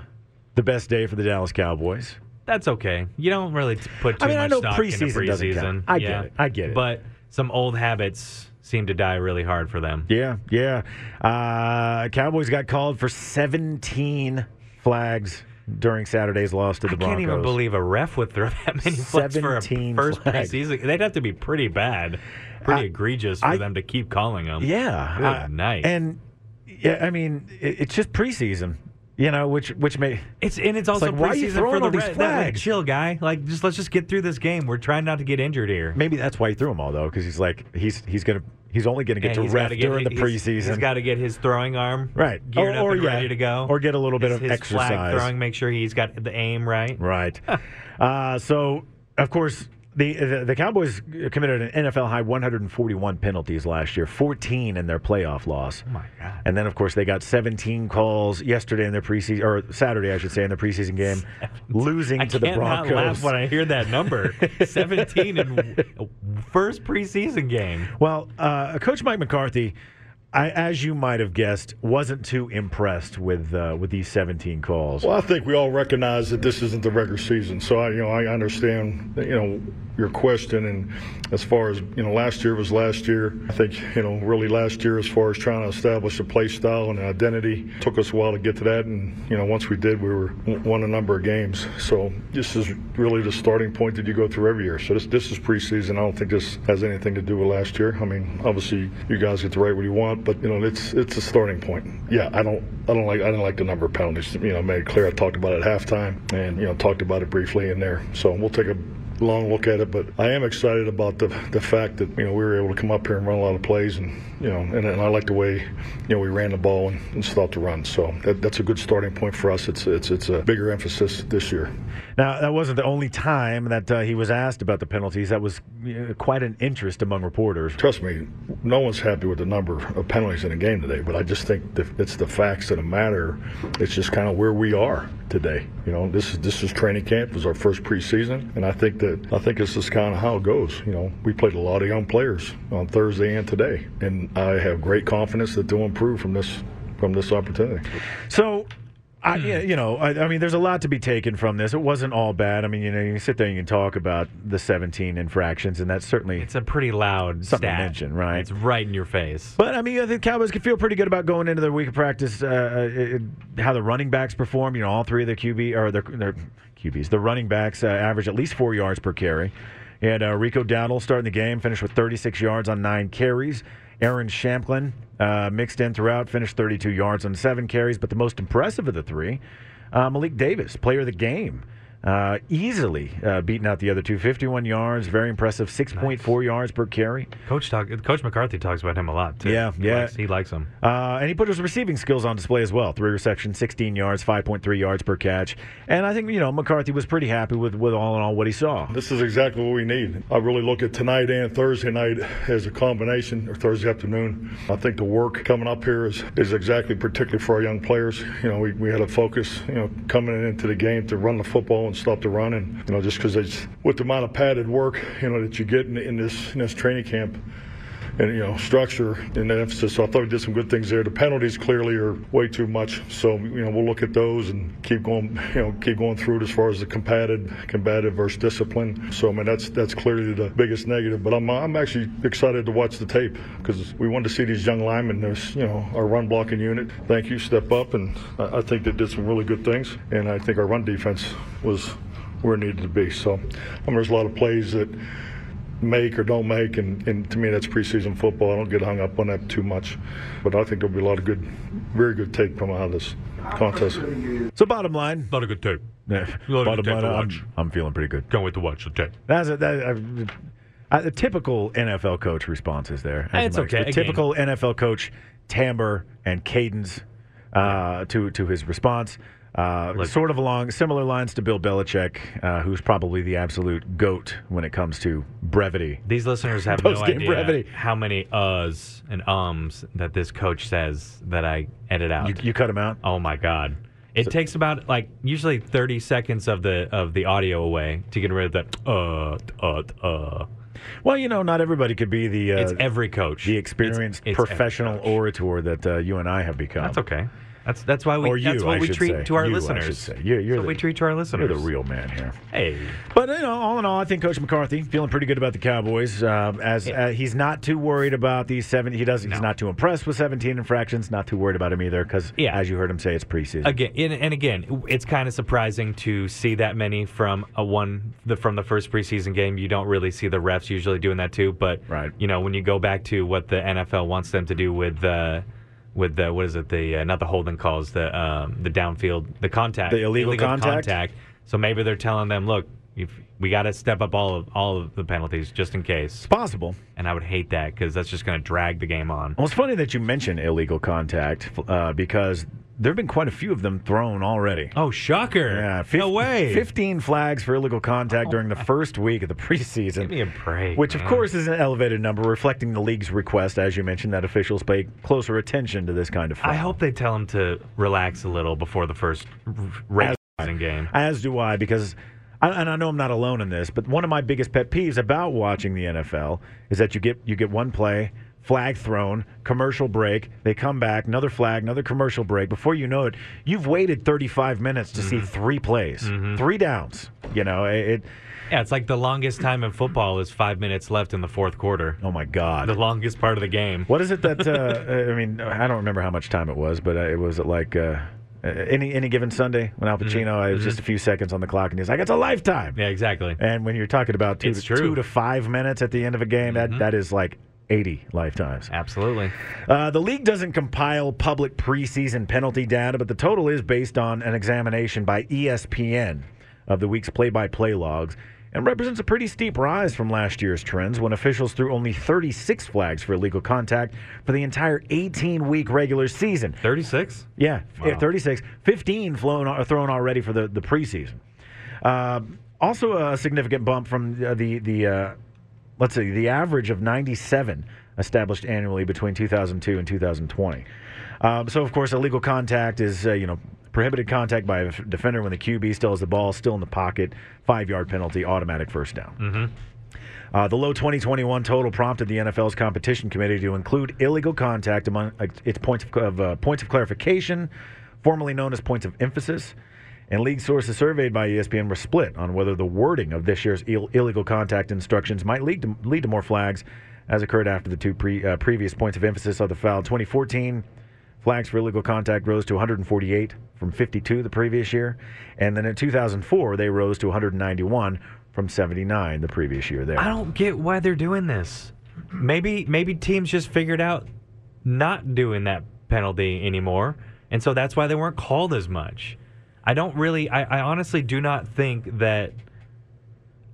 Speaker 2: the best day for the Dallas Cowboys.
Speaker 3: That's okay. You don't really t- put too
Speaker 2: I mean,
Speaker 3: much
Speaker 2: I know
Speaker 3: stock into
Speaker 2: preseason doesn't
Speaker 3: preseason.
Speaker 2: count. I get it. I get it.
Speaker 3: But some old habits seem to die really hard for them.
Speaker 2: Yeah, yeah. Uh, Cowboys got called for 17 flags during Saturday's loss to the
Speaker 3: I
Speaker 2: Broncos.
Speaker 3: can't even believe a ref would throw that many flags for a
Speaker 2: 17
Speaker 3: first
Speaker 2: flags.
Speaker 3: preseason. They'd have to be pretty bad, pretty
Speaker 2: I-
Speaker 3: egregious for
Speaker 2: I-
Speaker 3: them to keep calling them.
Speaker 2: Yeah.
Speaker 3: Good
Speaker 2: uh,
Speaker 3: night.
Speaker 2: And yeah, I mean, it, it's just preseason, you know, which which may
Speaker 3: It's and it's also
Speaker 2: like,
Speaker 3: preseason
Speaker 2: why are you throwing
Speaker 3: for the
Speaker 2: all these
Speaker 3: Red- that, like,
Speaker 2: flags?
Speaker 3: chill guy. Like just let's just get through this game. We're trying not to get injured here.
Speaker 2: maybe that's why he threw them all though, because he's like he's he's gonna he's only gonna
Speaker 3: Yeah,
Speaker 2: get
Speaker 3: he's
Speaker 2: to ref
Speaker 3: gotta get-
Speaker 2: during the
Speaker 3: he's-
Speaker 2: preseason.
Speaker 3: He's got to get his throwing arm
Speaker 2: Right.
Speaker 3: geared
Speaker 2: Or- or
Speaker 3: up and
Speaker 2: yeah.
Speaker 3: ready to go,
Speaker 2: Or get a little bit
Speaker 3: His-
Speaker 2: of
Speaker 3: his Flag
Speaker 2: exercise.
Speaker 3: throwing, make sure he's got the aim right.
Speaker 2: Right. uh, so, of course, the, the the Cowboys committed an NFL high 141 penalties last year, 14 in their playoff loss.
Speaker 3: Oh my god.
Speaker 2: And then, of course, they got 17 calls yesterday in their preseason, or Saturday, I should say, in the preseason game, losing
Speaker 3: I
Speaker 2: to the
Speaker 3: can't not
Speaker 2: Broncos.
Speaker 3: laugh when I hear that number, seventeen in w- first preseason game.
Speaker 2: Well, uh, Coach Mike McCarthy, I, as you might have guessed, wasn't too impressed with uh, with these 17 calls.
Speaker 4: Well, I think we all recognize that this isn't the regular season, so I, you know, I understand, you know, your question. And as far as you know, last year was last year. I think you know, really last year, as far as trying to establish a play style and an identity, took us a while to get to that. And you know, once we did, we were won a number of games. So this is really the starting point that you go through every year. So this this is preseason. I don't think this has anything to do with last year. I mean, obviously, you guys get to write what you want, but you know, it's it's a starting point. Yeah, I don't I don't like I didn't like the number of penalties. You know, I made it clear. I talked about it at halftime, and you know, talked about it briefly in there. So we'll take a long look at it, but I am excited about the the fact that you know we were able to come up here and run a lot of plays, and you know, and, and I like the way you know we ran the ball and, and stopped the run. So that, that's a good starting point for us. It's it's it's a bigger emphasis this year.
Speaker 2: Now, that wasn't the only time that uh, he was asked about the penalties. That was uh, quite an interest among reporters.
Speaker 4: Trust me, no one's happy with the number of penalties in a game today, but I just think that it's the facts that matter. It's just kind of where we are today. You know, this is this is training camp. It was our first preseason, and I think that I think this is kind of how it goes. You know, we played a lot of young players on Thursday and today, and I have great confidence that they'll improve from this from this opportunity.
Speaker 2: So, I, yeah, you know, I, I mean, there's a lot to be taken from this. It wasn't all bad. I mean, you know, you can sit there and you can talk about the 17 infractions, and that's certainly.
Speaker 3: It's a pretty loud
Speaker 2: Something to
Speaker 3: stat.
Speaker 2: mention, right?
Speaker 3: It's right in your face.
Speaker 2: but I mean, I think Cowboys can feel pretty good about going into their week of practice. Uh, it, it- how the running backs perform. You know, all three of their QB or their, their QBs, the running backs uh, average at least four yards per carry. He had uh, Rico Dowdle starting the game, finished with 36 yards on nine carries. Aaron Shamplin uh, mixed in throughout, finished 32 yards on seven carries. But the most impressive of the three, uh, Malik Davis, player of the game, uh, easily uh, beating out the other two. 51 yards, very impressive, 6.4 yards per carry.
Speaker 3: Coach talk, Coach McCarthy talks about him a lot too.
Speaker 2: Yeah,
Speaker 3: he
Speaker 2: yeah.
Speaker 3: likes, he likes him.
Speaker 2: Uh, and he put his receiving skills on display as well. Three receptions, 16 yards, 5.3 yards per catch. And I think, you know, McCarthy was pretty happy with, with all in all what he saw.
Speaker 4: This is exactly what we need. I really look at tonight and Thursday night as a combination, or Thursday afternoon. I think the work coming up here is, is exactly particularly for our young players. You know, we, we had a focus, you know, coming into the game to run the football and stop the run. And, you know, just because it's with the amount of padded work, you know, that you get in, in, this, in this training camp, and you know structure and emphasis. So I thought we did some good things there. The penalties clearly are way too much. So you know we'll look at those and keep going. You know keep going through it as far as the combative, combative versus discipline. So I mean that's that's clearly the biggest negative. But I'm I'm actually excited to watch the tape because we wanted to see these young linemen. There's you know our run blocking unit. Thank you, step up, and I, I think they did some really good things. And I think our run defense was where it needed to be. So I mean, there's a lot of plays that make or don't make, and, and to me that's preseason football. I don't get hung up on that too much, but I think there'll be a lot of good, very good tape coming out of this contest.
Speaker 2: So, bottom line,
Speaker 3: Not a good tape. Well,
Speaker 2: bottom
Speaker 3: take
Speaker 2: line
Speaker 3: a
Speaker 2: I'm,
Speaker 3: watch.
Speaker 2: I'm feeling pretty good.
Speaker 3: Can't wait to watch the tape.
Speaker 2: That's a, that, a, a typical NFL coach response is there. as you
Speaker 3: It's
Speaker 2: might expect.
Speaker 3: okay.
Speaker 2: Typical NFL coach timbre and cadence uh, to to his response. Uh,
Speaker 3: Look.
Speaker 2: sort of along similar lines to Bill Belichick, uh, who's probably the absolute goat when it comes to brevity.
Speaker 3: These listeners have no
Speaker 2: Post-game
Speaker 3: idea
Speaker 2: brevity.
Speaker 3: how many uhs and ums that this coach says that I edit out.
Speaker 2: You, you cut him out.
Speaker 3: Oh my god. It takes about like usually 30 seconds of the of the audio away to get rid of that uh uh uh.
Speaker 2: Well, you know, not everybody could be the uh,
Speaker 3: It's every coach.
Speaker 2: the experienced
Speaker 3: it's every
Speaker 2: professional
Speaker 3: coach.
Speaker 2: orator that uh, you and I have become.
Speaker 3: That's okay. That's that's why we
Speaker 2: Or
Speaker 3: that's
Speaker 2: you,
Speaker 3: what
Speaker 2: I
Speaker 3: we
Speaker 2: should
Speaker 3: treat
Speaker 2: say.
Speaker 3: to our
Speaker 2: You, I should
Speaker 3: listeners.
Speaker 2: say. You're- you're
Speaker 3: that's what
Speaker 2: the-
Speaker 3: we treat to our
Speaker 2: You're
Speaker 3: listeners.
Speaker 2: the real man here.
Speaker 3: Hey.
Speaker 2: But you know, all in all, I think Coach McCarthy feeling pretty good about the Cowboys. Uh, as uh, he's not too worried about these seven, he doesn't. He's
Speaker 3: No.
Speaker 2: not too impressed with 17 infractions. Not too worried about him either, because
Speaker 3: Yeah.
Speaker 2: as you heard him say, it's preseason.
Speaker 3: Again, and, and again, it's kind of surprising to see that many from a one the from the first preseason game. You don't really see the refs usually doing that too, but
Speaker 2: Right.
Speaker 3: you know when you go back to what the NFL wants them to do with uh, with the what is it the uh, not the holding calls the um, the downfield the contact
Speaker 2: The illegal contact?
Speaker 3: So maybe they're telling them, look, if we got to step up all of all of the penalties just in case.
Speaker 2: It's possible.
Speaker 3: And I would hate that because that's just going to drag the game on.
Speaker 2: Well, it's funny that you mention illegal contact uh, because there have been quite a few of them thrown already.
Speaker 3: Oh, shocker!
Speaker 2: Yeah, Uh, fif-
Speaker 3: no way. Oh
Speaker 2: 15 flags for illegal contact during the first week of the preseason.
Speaker 3: Give me a break,
Speaker 2: Which, of
Speaker 3: man.
Speaker 2: course, is an elevated number, reflecting the league's request, as you mentioned, that officials pay closer attention to this kind of. Fraud.
Speaker 3: I hope they tell him to relax a little before the first r- regular season game.
Speaker 2: As do I, because, I, and I know I'm not alone in this, but one of my biggest pet peeves about watching the NFL is that you get you get one play, flag thrown, commercial break, they come back, another flag, another commercial break. Before you know it, you've waited 35 minutes to
Speaker 3: Mm-hmm.
Speaker 2: see three plays, three downs. You know it. it-
Speaker 3: Yeah, it's like the longest time in football is five minutes left in the fourth quarter.
Speaker 2: oh my God.
Speaker 3: The longest part of the game.
Speaker 2: What is it that uh, I mean? I don't remember how much time it was, but uh, it was like uh, any any given Sunday when Al Pacino, I was just a few seconds on the clock, and he's like, "It's a lifetime."
Speaker 3: Mm-hmm. Yeah, exactly.
Speaker 2: And when you're talking about two,
Speaker 3: It's
Speaker 2: to,
Speaker 3: true. Mm-hmm.
Speaker 2: two to five minutes at the end of a game, that, that is like 80 lifetimes.
Speaker 3: Absolutely.
Speaker 2: Uh, the league doesn't compile public preseason penalty data, but the total is based on an examination by E ESPN of the week's play by play logs and represents a pretty steep rise from last year's trends when officials threw only 36 flags for illegal contact for the entire 18 week regular season.
Speaker 3: 36?
Speaker 2: Yeah,
Speaker 3: Wow.
Speaker 2: yeah, 36. 15 flown, uh, thrown already for the, the preseason. Uh, also, a significant bump from uh, the, the uh, let's see, the average of 97 established annually between 2002 and 2020. Um, so, of course, illegal contact is, uh, you know, prohibited contact by a f- defender when the QB still has the ball, still in the pocket, five yard penalty, automatic first down. Uh, the low 2021 total prompted the NFL's competition committee to include illegal contact among uh, its points of, of uh, points of clarification, formerly known as points of emphasis. And league sources surveyed by E ESPN were split on whether the wording of this year's Ill- illegal contact instructions might lead to, lead to more flags, as occurred after the two pre- uh, previous points of emphasis of the foul. 2014 Flags for illegal contact rose to 148 from 52 the previous year. And then in 2004, they rose to 191 from 79 the previous year there.
Speaker 3: I don't get why they're doing this. Maybe maybe teams just figured out not doing that penalty anymore, and so that's why they weren't called as much. I don't really. I, I honestly do not think that.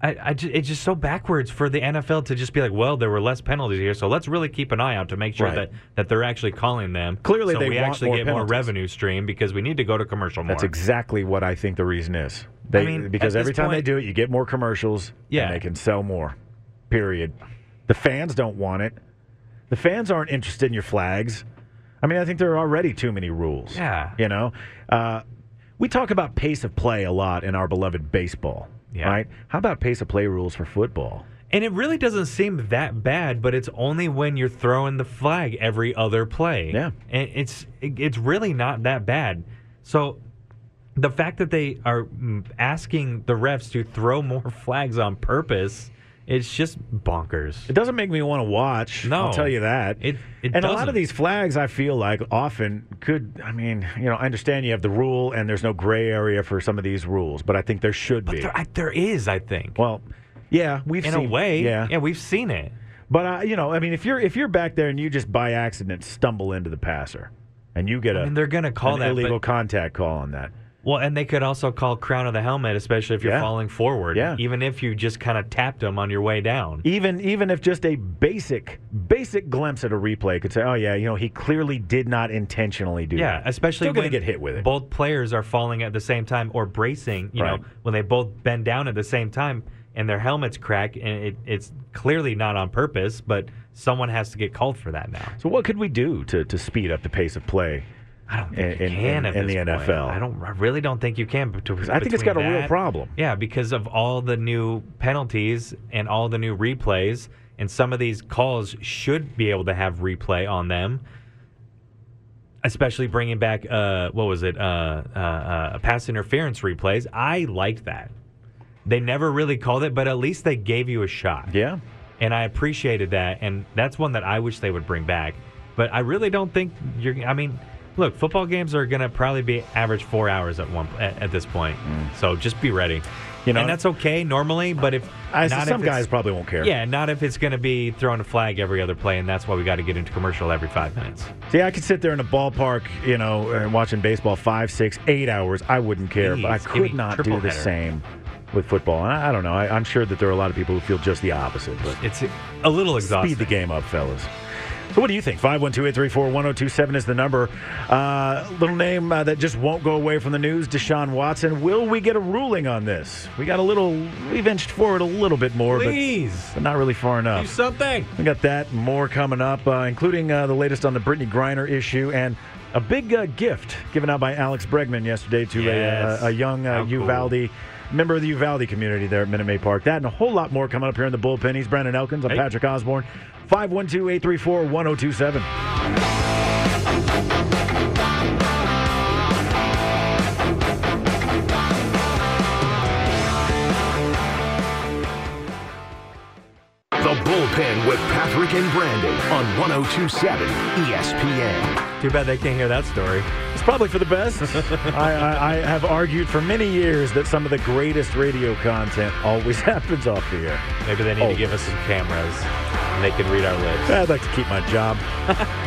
Speaker 3: I, I ju- it's just so backwards for the NFL to just be like, well, there were less penalties here, so let's really keep an eye out to make sure
Speaker 2: Right.
Speaker 3: that, that they're actually calling them.
Speaker 2: Clearly
Speaker 3: so
Speaker 2: they
Speaker 3: we
Speaker 2: want
Speaker 3: actually
Speaker 2: more
Speaker 3: get
Speaker 2: penalties.
Speaker 3: more revenue stream because we need to go to commercial more.
Speaker 2: That's exactly what I think the reason is. They,
Speaker 3: I mean,
Speaker 2: because
Speaker 3: at
Speaker 2: every
Speaker 3: this
Speaker 2: time they
Speaker 3: point-
Speaker 2: do it, you get more commercials.
Speaker 3: Yeah.
Speaker 2: and they can sell more. Period. The fans don't want it. The fans aren't interested in your flags. I mean, I think there are already too many rules.
Speaker 3: Yeah.
Speaker 2: you know, uh, we talk about pace of play a lot in our beloved baseball.
Speaker 3: Yeah.
Speaker 2: Right? How about pace of play rules for football?
Speaker 3: And it really doesn't seem that bad, but it's only when you're throwing the flag every other play.
Speaker 2: Yeah.
Speaker 3: And it's it- it's really not that bad. So the fact that they are mm, asking the refs to throw more flags on purpose, it's just bonkers.
Speaker 2: It doesn't make me want to watch.
Speaker 3: No.
Speaker 2: I'll tell you that.
Speaker 3: It- it
Speaker 2: and a lot of
Speaker 3: doesn't.
Speaker 2: these flags, I feel like often could. I mean, you know, I understand you have the rule, and there's no gray area for some of these rules, but I think there should
Speaker 3: But
Speaker 2: be.
Speaker 3: there, I, there is, I think.
Speaker 2: well, yeah, we've
Speaker 3: in a
Speaker 2: seen,
Speaker 3: way,
Speaker 2: yeah.
Speaker 3: we've seen it.
Speaker 2: But I, you know, I mean, if you're if you're back there and you just by accident stumble into the passer, and you get a
Speaker 3: I mean, they're going to call
Speaker 2: an
Speaker 3: that but-
Speaker 2: illegal contact call on that.
Speaker 3: Well, and they could also call crown of the helmet, especially if you're
Speaker 2: Yeah.
Speaker 3: falling forward,
Speaker 2: Yeah.
Speaker 3: even if you just kind of tapped them on your way down.
Speaker 2: Even even if just a basic basic glimpse at a replay could say, oh yeah, you know, he clearly did not intentionally do
Speaker 3: Yeah,
Speaker 2: that.
Speaker 3: especially
Speaker 2: Still gonna
Speaker 3: when
Speaker 2: get hit with it.
Speaker 3: both players are falling at the same time or bracing. You
Speaker 2: Right.
Speaker 3: know, when they both bend down at the same time and their helmets crack, and it, it's clearly not on purpose, but someone has to get called for that now.
Speaker 2: So what could we do to, to speed up the pace of play?
Speaker 3: I don't
Speaker 2: In-
Speaker 3: think you
Speaker 2: in-
Speaker 3: can
Speaker 2: in-
Speaker 3: at
Speaker 2: in
Speaker 3: this
Speaker 2: the
Speaker 3: point.
Speaker 2: NFL.
Speaker 3: I don't. I really don't think you can. bet-
Speaker 2: I think it's got
Speaker 3: between
Speaker 2: a real
Speaker 3: that-
Speaker 2: problem.
Speaker 3: Yeah, because of all the new penalties and all the new replays, and some of these calls should be able to have replay on them. Especially bringing back uh, what was it? Uh, uh, uh, pass interference replays. I liked that. They never really called it, but at least they gave you a shot
Speaker 2: Yeah.
Speaker 3: and I appreciated that, and that's one that I wish they would bring back. But I really don't think you're. I mean, look, football games are gonna probably be average four hours at one at, at this point. So just be ready.
Speaker 2: Mm. You know-
Speaker 3: and that's okay normally, but if
Speaker 2: I,
Speaker 3: not
Speaker 2: some
Speaker 3: if it's-
Speaker 2: guys probably won't care.
Speaker 3: yeah, not if it's gonna be throwing a flag every other play, and that's why we got to get into commercial every five minutes.
Speaker 2: See, I could sit there in a ballpark, you know, and watching baseball five, six, eight hours. I wouldn't care, but I
Speaker 3: Please, give me
Speaker 2: could not do
Speaker 3: triple
Speaker 2: the
Speaker 3: header.
Speaker 2: same with football. And I, I don't know. I, I'm sure that there are a lot of people who feel just the opposite. But
Speaker 3: It's a little
Speaker 2: speed
Speaker 3: exhausting.
Speaker 2: the game up, fellas. So what do you think? 512-834-1027 is the number. Uh, little name uh, that just won't go away from the news, Deshaun Watson. Will we get a ruling on this? We got a little, we've inched forward a little bit more, but,
Speaker 3: Please
Speaker 2: but not really far enough.
Speaker 3: do something.
Speaker 2: We got that and more coming up, uh, including uh, the latest on the Brittany Griner issue and a big uh, gift given out by Alex Bregman yesterday to
Speaker 3: Yes.
Speaker 2: a, a, a young
Speaker 3: How
Speaker 2: uh,
Speaker 3: cool.
Speaker 2: Uvalde member of the Uvalde community there at Minute Maid Park. That and a whole lot more coming up here in the bullpen. He's Brandon Elkins. I'm
Speaker 3: Hey.
Speaker 2: Patrick Osborne. 512 834 1027.
Speaker 1: The bullpen with Patrick and Brandon on 1027 ESPN.
Speaker 3: Too bad they can't hear that story.
Speaker 2: It's probably for the best. I, I, I have argued for many years that some of the greatest radio content always happens off the air.
Speaker 3: Maybe they need
Speaker 2: Oh.
Speaker 3: to give us some cameras, and they can read our lips.
Speaker 2: I'd like to keep my job.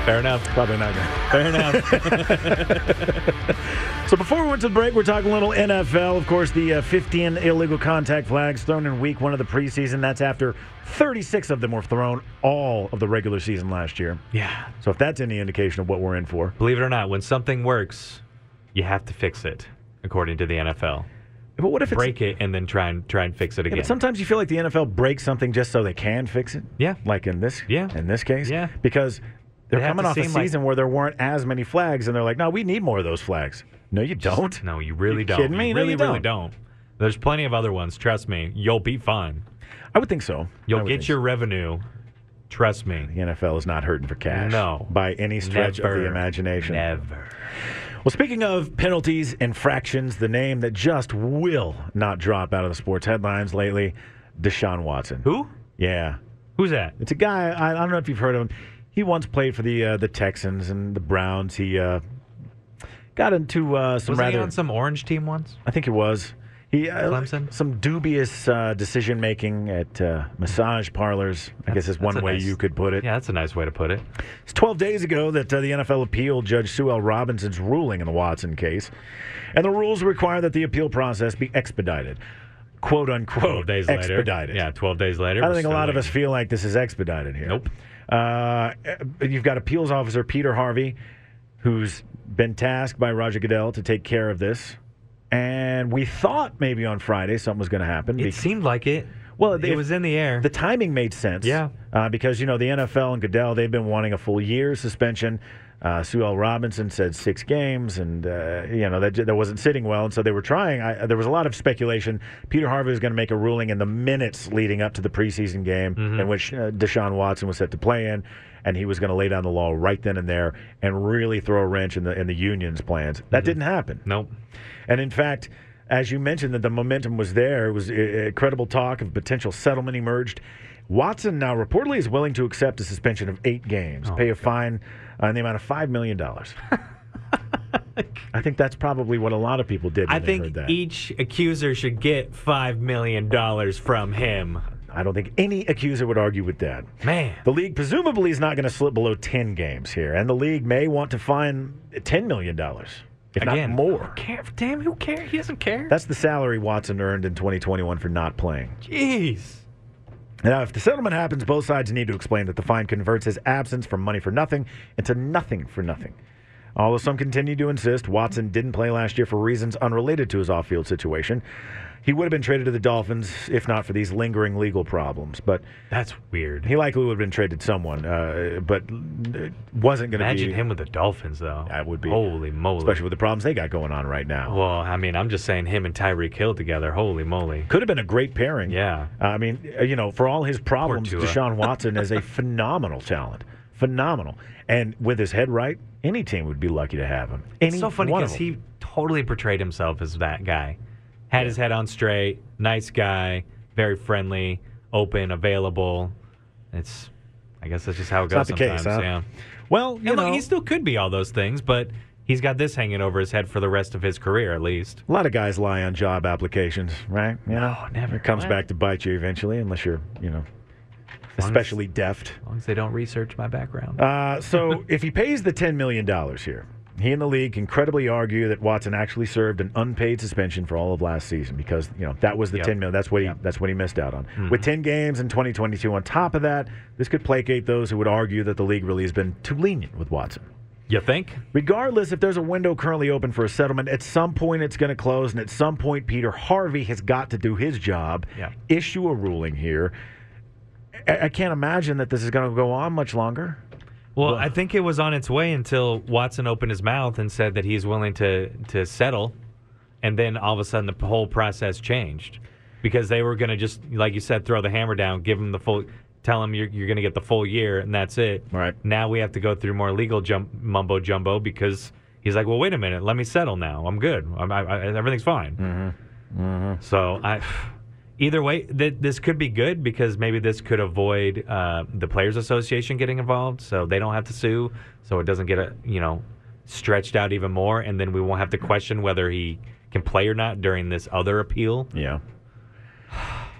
Speaker 3: Fair enough.
Speaker 2: Probably not going to.
Speaker 3: Fair enough.
Speaker 2: So before we went to the break, we're talking a little NFL. Of course, the uh, 15 illegal contact flags thrown in week one of the preseason. That's after 36 of them were thrown all of the regular season last year.
Speaker 3: Yeah.
Speaker 2: So if that's any indication of what we're in for.
Speaker 3: Believe it or not, when something works, you have to fix it, according to the NFL.
Speaker 2: But what if it's...
Speaker 3: Break it and then try and try and fix it
Speaker 2: Yeah,
Speaker 3: again.
Speaker 2: but sometimes you feel like the NFL breaks something just so they can fix it.
Speaker 3: Yeah.
Speaker 2: Like in this.
Speaker 3: Yeah.
Speaker 2: In this case.
Speaker 3: Yeah.
Speaker 2: Because they're
Speaker 3: They have
Speaker 2: coming
Speaker 3: to
Speaker 2: off a
Speaker 3: seem like-
Speaker 2: season where there weren't as many flags, and they're like, "No, we need more of those flags." No, you don't.
Speaker 3: no, you really don't.
Speaker 2: kidding me?
Speaker 3: You
Speaker 2: No,
Speaker 3: really,
Speaker 2: you
Speaker 3: really don't. There's plenty of other ones. Trust me, you'll be fine.
Speaker 2: I would think so. I
Speaker 3: You'll
Speaker 2: would think
Speaker 3: get
Speaker 2: so.
Speaker 3: your revenue. Trust me.
Speaker 2: The NFL is not hurting for cash.
Speaker 3: No.
Speaker 2: By any stretch
Speaker 3: Never,
Speaker 2: of the imagination.
Speaker 3: Never.
Speaker 2: Well, speaking of penalties and fractions, the name that just will not drop out of the sports headlines lately, Deshaun Watson.
Speaker 3: Who?
Speaker 2: Yeah.
Speaker 3: Who's that?
Speaker 2: It's a guy, I, I don't know if you've heard of him. He once played for the uh, the Texans and the Browns. He uh, got into uh, some
Speaker 3: Was he
Speaker 2: rather.
Speaker 3: on some orange team once?
Speaker 2: I think it was. He, uh,
Speaker 3: Clemson?
Speaker 2: Some dubious uh, decision making at uh, massage parlors. I guess is
Speaker 3: That's
Speaker 2: one
Speaker 3: a
Speaker 2: way
Speaker 3: nice-
Speaker 2: you could put it.
Speaker 3: Yeah, that's a nice way to put it.
Speaker 2: It's 12 days ago that uh, the NFL appealed Judge Sue L. Robinson's ruling in the Watson case, and the rules require that the appeal process be expedited. "Quote unquote."
Speaker 3: 12 days later.
Speaker 2: Expedited.
Speaker 3: Yeah, 12 days later.
Speaker 2: I
Speaker 3: we're
Speaker 2: don't think a
Speaker 3: still
Speaker 2: lot of us
Speaker 3: waiting.
Speaker 2: feel like this is expedited here.
Speaker 3: Nope.
Speaker 2: Uh, you've got appeals officer Peter Harvey, who's been tasked by Roger Goodell to take care of this. And we thought maybe on Friday something was going to happen.
Speaker 3: It seemed like it.
Speaker 2: Well,
Speaker 3: it
Speaker 2: if-
Speaker 3: was in the air.
Speaker 2: the timing made sense.
Speaker 3: Yeah.
Speaker 2: Uh, because, you know, the NFL and Goodell, they've been wanting a full year suspension. Uh, Sue L. Robinson said six games, and, uh, you know, that, that wasn't sitting well. And so they were trying. I, there was a lot of speculation. Peter Harvey was going to make a ruling in the minutes leading up to the preseason game in which uh, Deshaun Watson was set to play in, and he was going to lay down the law right then and there and really throw a wrench in the, in the union's plans. That didn't happen.
Speaker 3: nope.
Speaker 2: And in fact, as you mentioned, that the momentum was there. It was uh, credible talk of potential settlement emerged. Watson now reportedly is willing to accept a suspension of eight games,
Speaker 3: Oh,
Speaker 2: pay a fine uh, in the amount of five million dollars. I think that's probably what a lot of people did. When
Speaker 3: I
Speaker 2: they heard
Speaker 3: think e
Speaker 2: that.
Speaker 3: each accuser should get $5 million from him.
Speaker 2: I don't think any accuser would argue with that.
Speaker 3: Man.
Speaker 2: The league presumably is not going to slip below ten games here, and the league may want to fine ten million dollars, if
Speaker 3: Again,
Speaker 2: not more.
Speaker 3: who care- damn, who cares? He doesn't care.
Speaker 2: That's the salary Watson earned in 2021 for not playing.
Speaker 3: Jeez.
Speaker 2: Now, if the settlement happens, both sides need to explain that the fine converts his absence from money for nothing into nothing for nothing. Although some continue to insist Watson didn't play last year for reasons unrelated to his off field situation, he would have been traded to the Dolphins if not for these lingering legal problems. But
Speaker 3: That's weird.
Speaker 2: he likely would have been traded to someone, uh, but it wasn't going to be.
Speaker 3: Imagine him with the Dolphins, though.
Speaker 2: That would be-
Speaker 3: Holy moly.
Speaker 2: Especially with the problems they got going on right now.
Speaker 3: well, I mean, I'm just saying him and Tyreek Hill together. Holy moly.
Speaker 2: Could have been a great pairing.
Speaker 3: Yeah.
Speaker 2: I mean, uh, you know, for all his problems,
Speaker 3: Tua.
Speaker 2: Deshaun Watson is a phenomenal talent. Phenomenal. And with his head right, any team would be lucky to have him. Any
Speaker 3: It's so funny
Speaker 2: one of
Speaker 3: because
Speaker 2: them.
Speaker 3: he totally portrayed himself as that guy. Had his head on straight, nice guy, very friendly, open, available. It's, I guess that's just how it
Speaker 2: It's not
Speaker 3: goes
Speaker 2: the
Speaker 3: sometimes.
Speaker 2: case, huh?
Speaker 3: Yeah.
Speaker 2: Well, you
Speaker 3: And look,
Speaker 2: know,
Speaker 3: he still could be all those things, but he's got this hanging over his head for the rest of his career, at least.
Speaker 2: a lot of guys lie on job applications, right? You know,
Speaker 3: No, never.
Speaker 2: It comes
Speaker 3: What?
Speaker 2: back to bite you eventually, unless you're, you know,
Speaker 3: as-
Speaker 2: especially deft.
Speaker 3: As long as they don't research my background.
Speaker 2: Uh, so if he pays the $10 million here, he and the league can credibly argue that Watson actually served an unpaid suspension for all of last season because you know that was the
Speaker 3: Yep. Mm-hmm.
Speaker 2: 10 million. That's what he that's what he missed out on. With 10 games in 2022 on top of that, this could placate those who would argue that the league really has been too lenient with Watson.
Speaker 3: you think?
Speaker 2: Regardless, if there's a window currently open for a settlement, at some point it's going to close, and at some point Peter Harvey has got to do his job,
Speaker 3: Yeah.
Speaker 2: issue a ruling here. I, I can't imagine that this is going to go on much longer.
Speaker 3: Well, I think it was on its way until Watson opened his mouth and said that he's willing to to settle, and then all of a sudden the whole process changed because they were going to just, like you said, throw the hammer down, give him the full, tell him you're you're going to get the full year, and that's it.
Speaker 2: Right.
Speaker 3: Now we have to go through more legal jump, mumbo jumbo because he's like, well, wait a minute, let me settle now. I'm good. I'm, I, I, everything's fine. So I, either way, th- this could be good because maybe this could avoid uh, the players' association getting involved, so they don't have to sue, so it doesn't get a, you know stretched out even more, and then we won't have to question whether he can play or not during this other appeal.
Speaker 2: Yeah.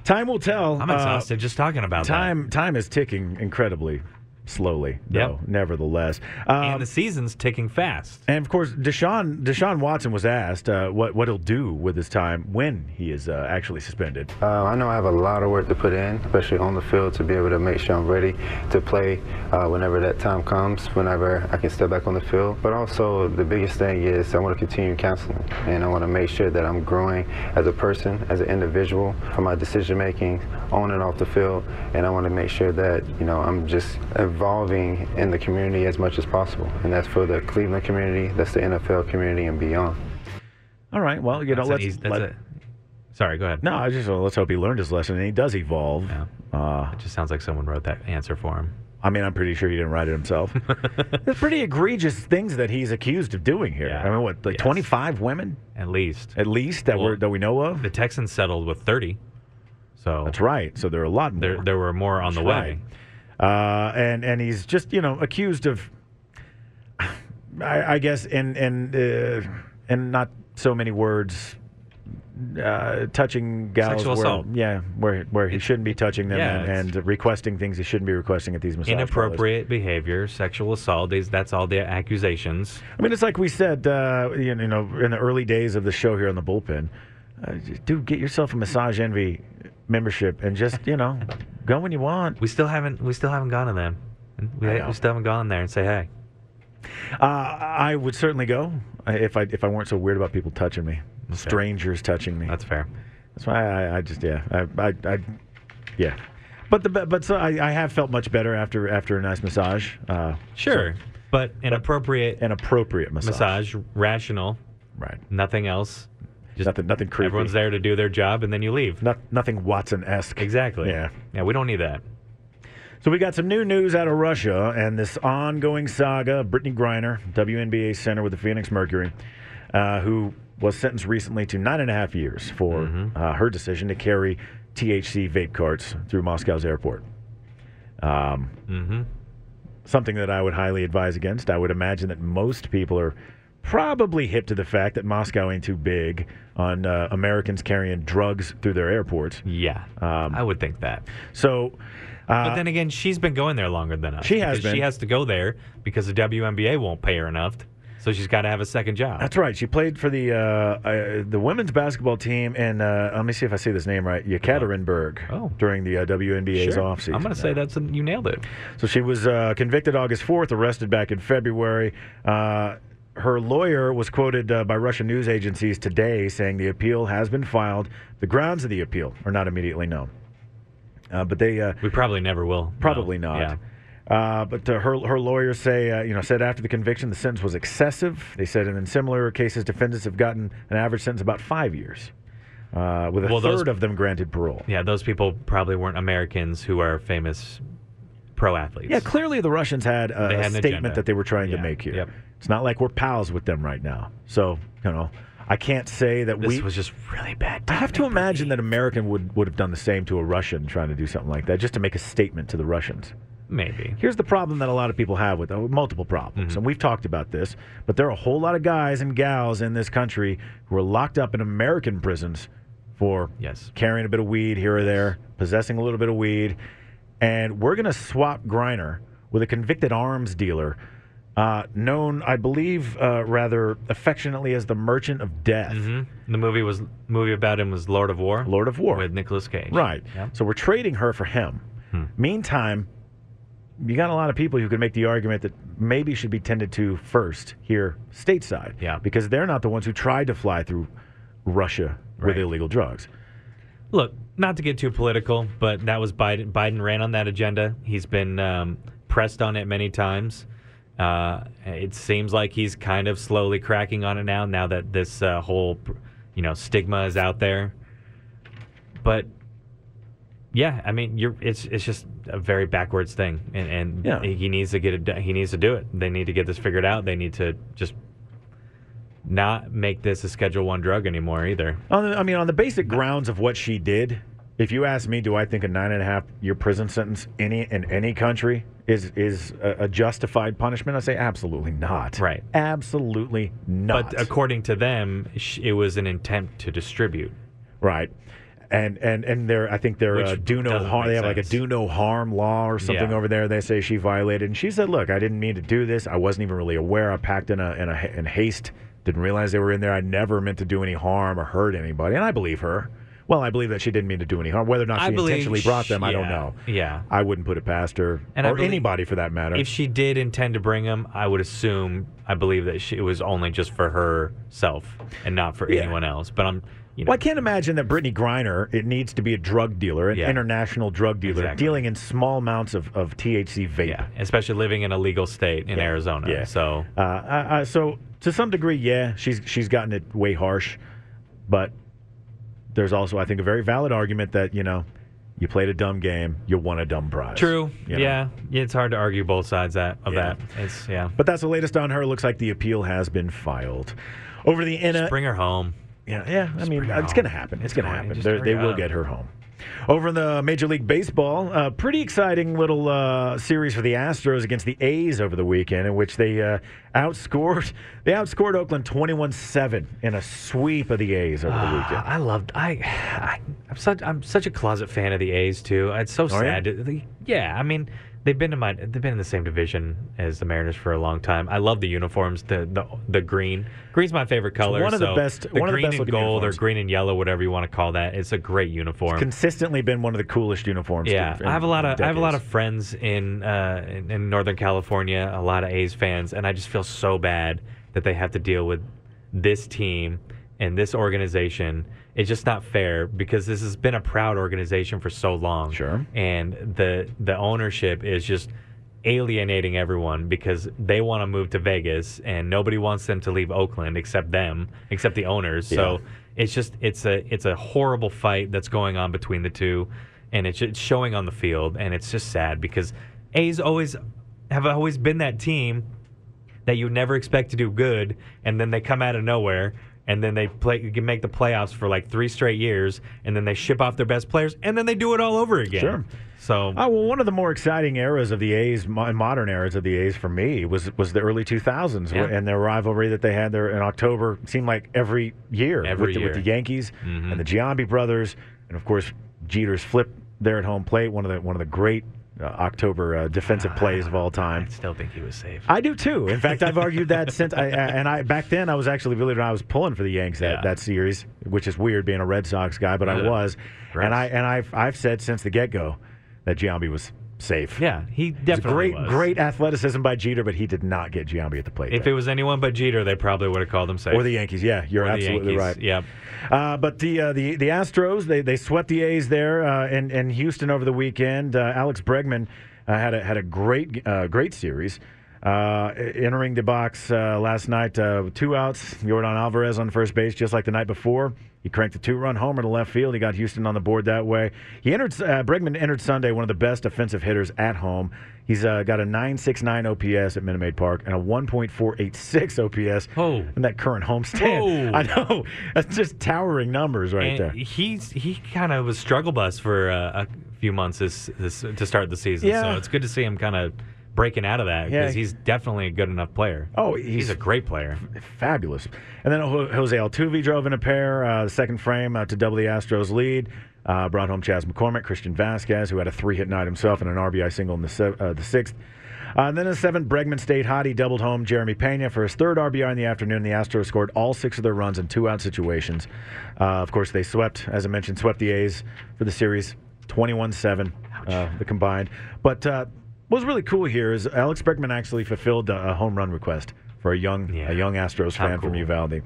Speaker 2: Time will tell.
Speaker 3: I'm
Speaker 2: Uh,
Speaker 3: exhausted just talking about
Speaker 2: time time is ticking incredibly slowly, though,
Speaker 3: Yep.
Speaker 2: nevertheless.
Speaker 3: that. and
Speaker 2: Um,
Speaker 3: the season's ticking fast.
Speaker 2: and of course, Deshaun Deshaun Watson was asked uh, what what he'll do with his time when he is uh, actually suspended.
Speaker 5: Uh, I know I have a lot of work to put in, especially on the field, to be able to make sure I'm ready to play uh, whenever that time comes, whenever I can step back on the field. But also, the biggest thing is I want to continue counseling, and I want to make sure that I'm growing as a person, as an individual, for my decision making on and off the field, and I want to make sure that you know I'm just evolving in the community as much as possible, and that's for the Cleveland community, that's the NFL community, and beyond.
Speaker 2: All right. Well, you know,
Speaker 3: That's an
Speaker 2: let's.
Speaker 3: easy- that's
Speaker 2: let-
Speaker 3: a- sorry, go ahead.
Speaker 2: No, I just let's hope he learned his lesson and he does evolve.
Speaker 3: Yeah.
Speaker 2: Uh,
Speaker 3: It just sounds like someone wrote that answer for him.
Speaker 2: I mean, I'm pretty sure he didn't write it himself. There's pretty egregious things that he's accused of doing here.
Speaker 3: Yeah.
Speaker 2: I mean, what like
Speaker 3: Yes.
Speaker 2: 25 women
Speaker 3: At least
Speaker 2: at least that
Speaker 3: Well,
Speaker 2: were that we know of.
Speaker 3: the Texans settled with 30, so
Speaker 2: That's right. So there are a lot more.
Speaker 3: there there were more on the way.
Speaker 2: Right. Uh, and and he's just you know accused of, I, I guess in in uh, in not so many words, uh, touching gals
Speaker 3: Sexual
Speaker 2: where,
Speaker 3: assault.
Speaker 2: yeah, where where he shouldn't be touching them
Speaker 3: Yeah,
Speaker 2: and,
Speaker 3: it's-
Speaker 2: and requesting things he shouldn't be requesting at these massage parlors.
Speaker 3: Inappropriate behavior, sexual assault. Is that's all the accusations.
Speaker 2: I mean, it's like we said, uh, you you know, in the early days of the show here on the bullpen, uh, dude, get yourself a Massage Envy membership and just, you know, go when you want.
Speaker 3: We still haven't. We still haven't gone to them. We,
Speaker 2: I know.
Speaker 3: we still haven't gone there and say, hey,
Speaker 2: Uh, I would certainly go uh, if I if I weren't so weird about people touching me, strangers touching me.
Speaker 3: that's fair.
Speaker 2: That's why I, I just yeah I, I, I yeah, but the but so I, I have felt much better after after a nice massage, uh,
Speaker 3: Sure, but an appropriate
Speaker 2: an appropriate massage.
Speaker 3: massage, rational,
Speaker 2: right?
Speaker 3: nothing else. Just
Speaker 2: Nothing nothing creepy.
Speaker 3: everyone's there to do their job, and then you leave.
Speaker 2: Not, nothing Watson esque.
Speaker 3: Exactly.
Speaker 2: Yeah.
Speaker 3: Yeah. We don't need that.
Speaker 2: So we got some new news out of Russia and this ongoing saga of Brittany Griner, WNBA center with the Phoenix Mercury, uh, who was sentenced recently to nine and a half years for uh, her decision to carry THC vape carts through Moscow's airport. Um,
Speaker 3: Mm-hmm.
Speaker 2: something that I would highly advise against. I would imagine that most people are probably hip to the fact that Moscow ain't too big on uh, Americans carrying drugs through their airports.
Speaker 3: Yeah.
Speaker 2: Um,
Speaker 3: I would think that.
Speaker 2: So, uh,
Speaker 3: But then again, she's been going there longer than us.
Speaker 2: She has
Speaker 3: because She
Speaker 2: been.
Speaker 3: has to go there because the WNBA won't pay her enough, so she's got to have a second job.
Speaker 2: That's right. She played for the uh, uh, the women's basketball team, and uh, let me see if I say this name right, Yekaterinburg,
Speaker 3: Oh.
Speaker 2: during the uh, WNBA's
Speaker 3: Sure.
Speaker 2: offseason.
Speaker 3: I'm going to say that's a, you nailed it.
Speaker 2: So she was uh, convicted August 4th, arrested back in February. Uh, her lawyer was quoted uh, by Russian news agencies today saying the appeal has been filed. The grounds of the appeal are not immediately known. Uh, but they uh,
Speaker 3: We probably never will.
Speaker 2: Probably
Speaker 3: No.
Speaker 2: not.
Speaker 3: Yeah.
Speaker 2: Uh, but uh, her her lawyers say, uh, you know, said after the conviction, the sentence was excessive. They said, and in similar cases, defendants have gotten an average sentence about five years, uh, with a
Speaker 3: Well,
Speaker 2: third
Speaker 3: those-
Speaker 2: of them granted parole.
Speaker 3: Yeah, those people probably weren't Americans who are famous pro athletes.
Speaker 2: Yeah, clearly the Russians had a,
Speaker 3: They
Speaker 2: a
Speaker 3: had an
Speaker 2: statement
Speaker 3: agenda.
Speaker 2: that they were trying to
Speaker 3: Yeah,
Speaker 2: make here.
Speaker 3: yep.
Speaker 2: It's not like we're pals with them right now. So you know, I can't say that
Speaker 3: This
Speaker 2: we.
Speaker 3: was just really bad.
Speaker 2: I have to imagine that American would, would have done the same to a Russian trying to do something like that, just to make a statement to the Russians.
Speaker 3: Maybe.
Speaker 2: Here's the problem that a lot of people have with oh, multiple problems, and we've talked about this, but there are a whole lot of guys and gals in this country who are locked up in American prisons for
Speaker 3: Yes.
Speaker 2: carrying a bit of weed here or there, possessing a little bit of weed, and we're gonna swap Griner with a convicted arms dealer, uh, known, I believe, uh, rather affectionately as the Merchant of Death.
Speaker 3: hmm The movie was movie about him was Lord of War.
Speaker 2: Lord of War.
Speaker 3: with Nicolas Cage.
Speaker 2: Right.
Speaker 3: Yeah. Hmm.
Speaker 2: So we're trading her for him. Meantime, you got a lot of people who can make the argument that maybe should be tended to first here stateside.
Speaker 3: Yeah.
Speaker 2: Because they're not the ones who tried to fly through Russia with
Speaker 3: Right.
Speaker 2: illegal drugs.
Speaker 3: Look, not to get too political, but that was Biden. Biden ran on that agenda. He's been um, pressed on it many times. Uh, it seems like he's kind of slowly cracking on it now. Now that this uh, whole, you know, stigma is out there. But yeah, I mean, you're it's it's just a very backwards thing, and and
Speaker 2: Yeah.
Speaker 3: he needs to get it. done- He needs to do it. They need to get this figured out. They need to just not make this a Schedule One drug anymore either.
Speaker 2: On the, I mean, on the basic grounds of what she did, if you ask me, do I think a nine and a half year prison sentence any in any country is is a, a justified punishment? I say absolutely not.
Speaker 3: Right.
Speaker 2: Absolutely not.
Speaker 3: But according to them, sh- it was an intent to distribute.
Speaker 2: Right. And and and they're I think they're
Speaker 3: Which
Speaker 2: uh, do no
Speaker 3: doesn't
Speaker 2: harm. They
Speaker 3: make
Speaker 2: have like a
Speaker 3: sense.
Speaker 2: do no harm law or something
Speaker 3: Yeah.
Speaker 2: over there. They say she violated, and she said, "Look, I didn't mean to do this. I wasn't even really aware. I packed in a in a in haste. Didn't realize they were in there. I never meant to do any harm or hurt anybody." And I believe her. Well, I believe that she didn't mean to do any harm. Whether or not
Speaker 3: I
Speaker 2: she
Speaker 3: believe
Speaker 2: intentionally brought
Speaker 3: she-
Speaker 2: them, I don't
Speaker 3: yeah,
Speaker 2: know.
Speaker 3: yeah.
Speaker 2: I wouldn't put it past her
Speaker 3: And I
Speaker 2: or
Speaker 3: believe-
Speaker 2: anybody for that matter.
Speaker 3: If she did intend to bring him, I would assume, I believe that she, it was only just for herself and not for
Speaker 2: Yeah.
Speaker 3: anyone else. But I'm, you know,
Speaker 2: Well, I can't imagine that Brittany Griner, it needs to be a drug dealer, an
Speaker 3: Yeah.
Speaker 2: international drug dealer,
Speaker 3: Exactly.
Speaker 2: dealing in small amounts of, of THC vape.
Speaker 3: yeah, especially living in a legal state in Arizona.
Speaker 2: Yeah.
Speaker 3: So
Speaker 2: Uh, I, I, so to some degree, yeah, she's she's gotten it way harsh, but there's also I think a very valid argument that you know, you played a dumb game, you won a dumb prize.
Speaker 3: true.
Speaker 2: You know?
Speaker 3: Yeah, it's hard to argue both sides that of
Speaker 2: Yeah. Uh,
Speaker 3: that. It's yeah.
Speaker 2: But that's the latest on her. Looks like the appeal has been filed. Over the NA,
Speaker 3: Bring her home.
Speaker 2: yeah, yeah. I mean,
Speaker 3: bring her
Speaker 2: it's
Speaker 3: home.
Speaker 2: gonna happen. It's gonna
Speaker 3: Just
Speaker 2: happen. They're-
Speaker 3: hurry
Speaker 2: They will
Speaker 3: up.
Speaker 2: get her home. Over in the Major League Baseball, uh, pretty exciting little uh, series for the Astros against the A's over the weekend, in which they uh, outscored they outscored Oakland 21-7 in a sweep of the A's over the weekend.
Speaker 3: I loved. I, I I'm such I'm such a closet fan of the A's too. It's so
Speaker 2: Are you?
Speaker 3: sad. to- they- yeah, I mean they've been in my they've been in the same division as the Mariners for a long time. I love the uniforms. The the the green green's my favorite color.
Speaker 2: one of the
Speaker 3: so
Speaker 2: best-
Speaker 3: The
Speaker 2: one of the
Speaker 3: green
Speaker 2: best
Speaker 3: and
Speaker 2: looking
Speaker 3: gold
Speaker 2: uniforms.
Speaker 3: or green and yellow, whatever you want to call that. It's a great uniform.
Speaker 2: Consistently been one of the coolest uniforms.
Speaker 3: Yeah,
Speaker 2: in- in
Speaker 3: I have a lot of I have a lot of
Speaker 2: decades.
Speaker 3: friends in, uh, in in Northern California, a lot of A's fans, and I just feel so bad that they have to deal with this team and this organization. It's just not fair because this has been a proud organization for so long.
Speaker 2: Sure.
Speaker 3: and the the ownership is just alienating everyone because they want to move to Vegas and nobody wants them to leave Oakland except them, except the owners. So it's just it's a it's a horrible fight that's going on between the two, and it's it's showing on the field, and it's just sad because A's always have always been that team that you never expect to do good, and then they come out of nowhere. And then they play, you can make the playoffs for like three straight years, and then they ship off their best players, and then they do it all over again.
Speaker 2: Sure.
Speaker 3: So
Speaker 2: Oh, well, one of the more exciting eras of the A's, mo- modern eras of the A's for me was was the early 2000s
Speaker 3: Yeah.
Speaker 2: wh- and their rivalry that they had there in October seemed like every year,
Speaker 3: Every
Speaker 2: with, The, with
Speaker 3: year. Mm-hmm.
Speaker 2: the Yankees and the Giambi brothers, and of course Jeter's flip there at home plate, one of the one of the great uh, October uh, defensive plays of all time.
Speaker 3: Ah, I still think he was safe.
Speaker 2: I do too. In fact, I've argued that since I and I back then I was actually believe it or not, I was pulling for the Yanks that,
Speaker 3: Yeah.
Speaker 2: that series, which is weird being a Red Sox guy, but I
Speaker 3: Yeah.
Speaker 2: was.
Speaker 3: Gross.
Speaker 2: And I and I've I've said since the get go that Giambi was safe.
Speaker 3: yeah, he
Speaker 2: It was
Speaker 3: definitely
Speaker 2: great
Speaker 3: was.
Speaker 2: great athleticism by Jeter, but he did not get Giambi at the plate.
Speaker 3: If
Speaker 2: there.
Speaker 3: it was anyone but Jeter, they probably would have called him safe.
Speaker 2: or the Yankees, yeah, you're
Speaker 3: Or the
Speaker 2: absolutely
Speaker 3: Yankees.
Speaker 2: right.
Speaker 3: Yeah,
Speaker 2: Uh, but the, uh, the the Astros they they swept the A's there uh, in in Houston over the weekend. Uh, Alex Bregman uh, had a had a great uh, great series. Uh, entering the box uh, last night, uh, with two outs. Jordan Alvarez on first base, just like the night before. He cranked a two-run homer to left field. He got Houston on the board that way. He entered uh, Bregman entered Sunday one of the best offensive hitters at home. He's uh, got a 9.69 OPS at Minute Maid Park and a 1.486 OPS
Speaker 3: Oh.
Speaker 2: in that current homestand.
Speaker 3: Whoa.
Speaker 2: I know that's just towering numbers right
Speaker 3: and
Speaker 2: there.
Speaker 3: he's he kind of was struggle bus for uh, a few months this, this to start the season.
Speaker 2: Yeah.
Speaker 3: So it's good to see him kind of breaking out of that
Speaker 2: Yeah.
Speaker 3: because he's definitely a good enough player.
Speaker 2: Oh,
Speaker 3: he's
Speaker 2: he's,
Speaker 3: a great player.
Speaker 2: fabulous. And then Jo- Jose Altuve drove in a pair, uh, the second frame uh, to double the Astros' lead. Uh, brought home Chaz McCormick, Christian Vasquez, who had a three-hit night himself and an RBI single in the, se- uh, the sixth. Uh, and then in the seventh, Bregman stayed hot. He doubled home Jeremy Pena for his third RBI in the afternoon. The Astros scored all six of their runs in two-out situations. Uh, of course, they swept, as I mentioned, swept the A's for the series 21-7, uh, the combined. But uh, what's really cool here is Alex Bregman actually fulfilled a, a home run request for a young,
Speaker 3: Yeah.
Speaker 2: a young Astros
Speaker 3: How
Speaker 2: fan from
Speaker 3: cool.
Speaker 2: Uvalde.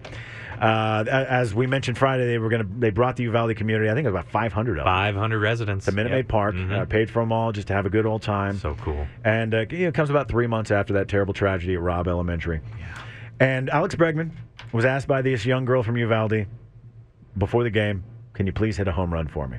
Speaker 2: Uh, a- as we mentioned Friday, they were going to they brought the Uvalde community. I think it was about 500 of them.
Speaker 3: Five hundred residents.
Speaker 2: to Minute
Speaker 3: Yep. Mm-hmm.
Speaker 2: Maid Park, uh, paid for them all just to have a good old time.
Speaker 3: So cool.
Speaker 2: And uh, you know, it comes about three months after that terrible tragedy at Robb Elementary. And Alex Bregman was asked by this young girl from Uvalde before the game, "Can you please hit a home run for me?"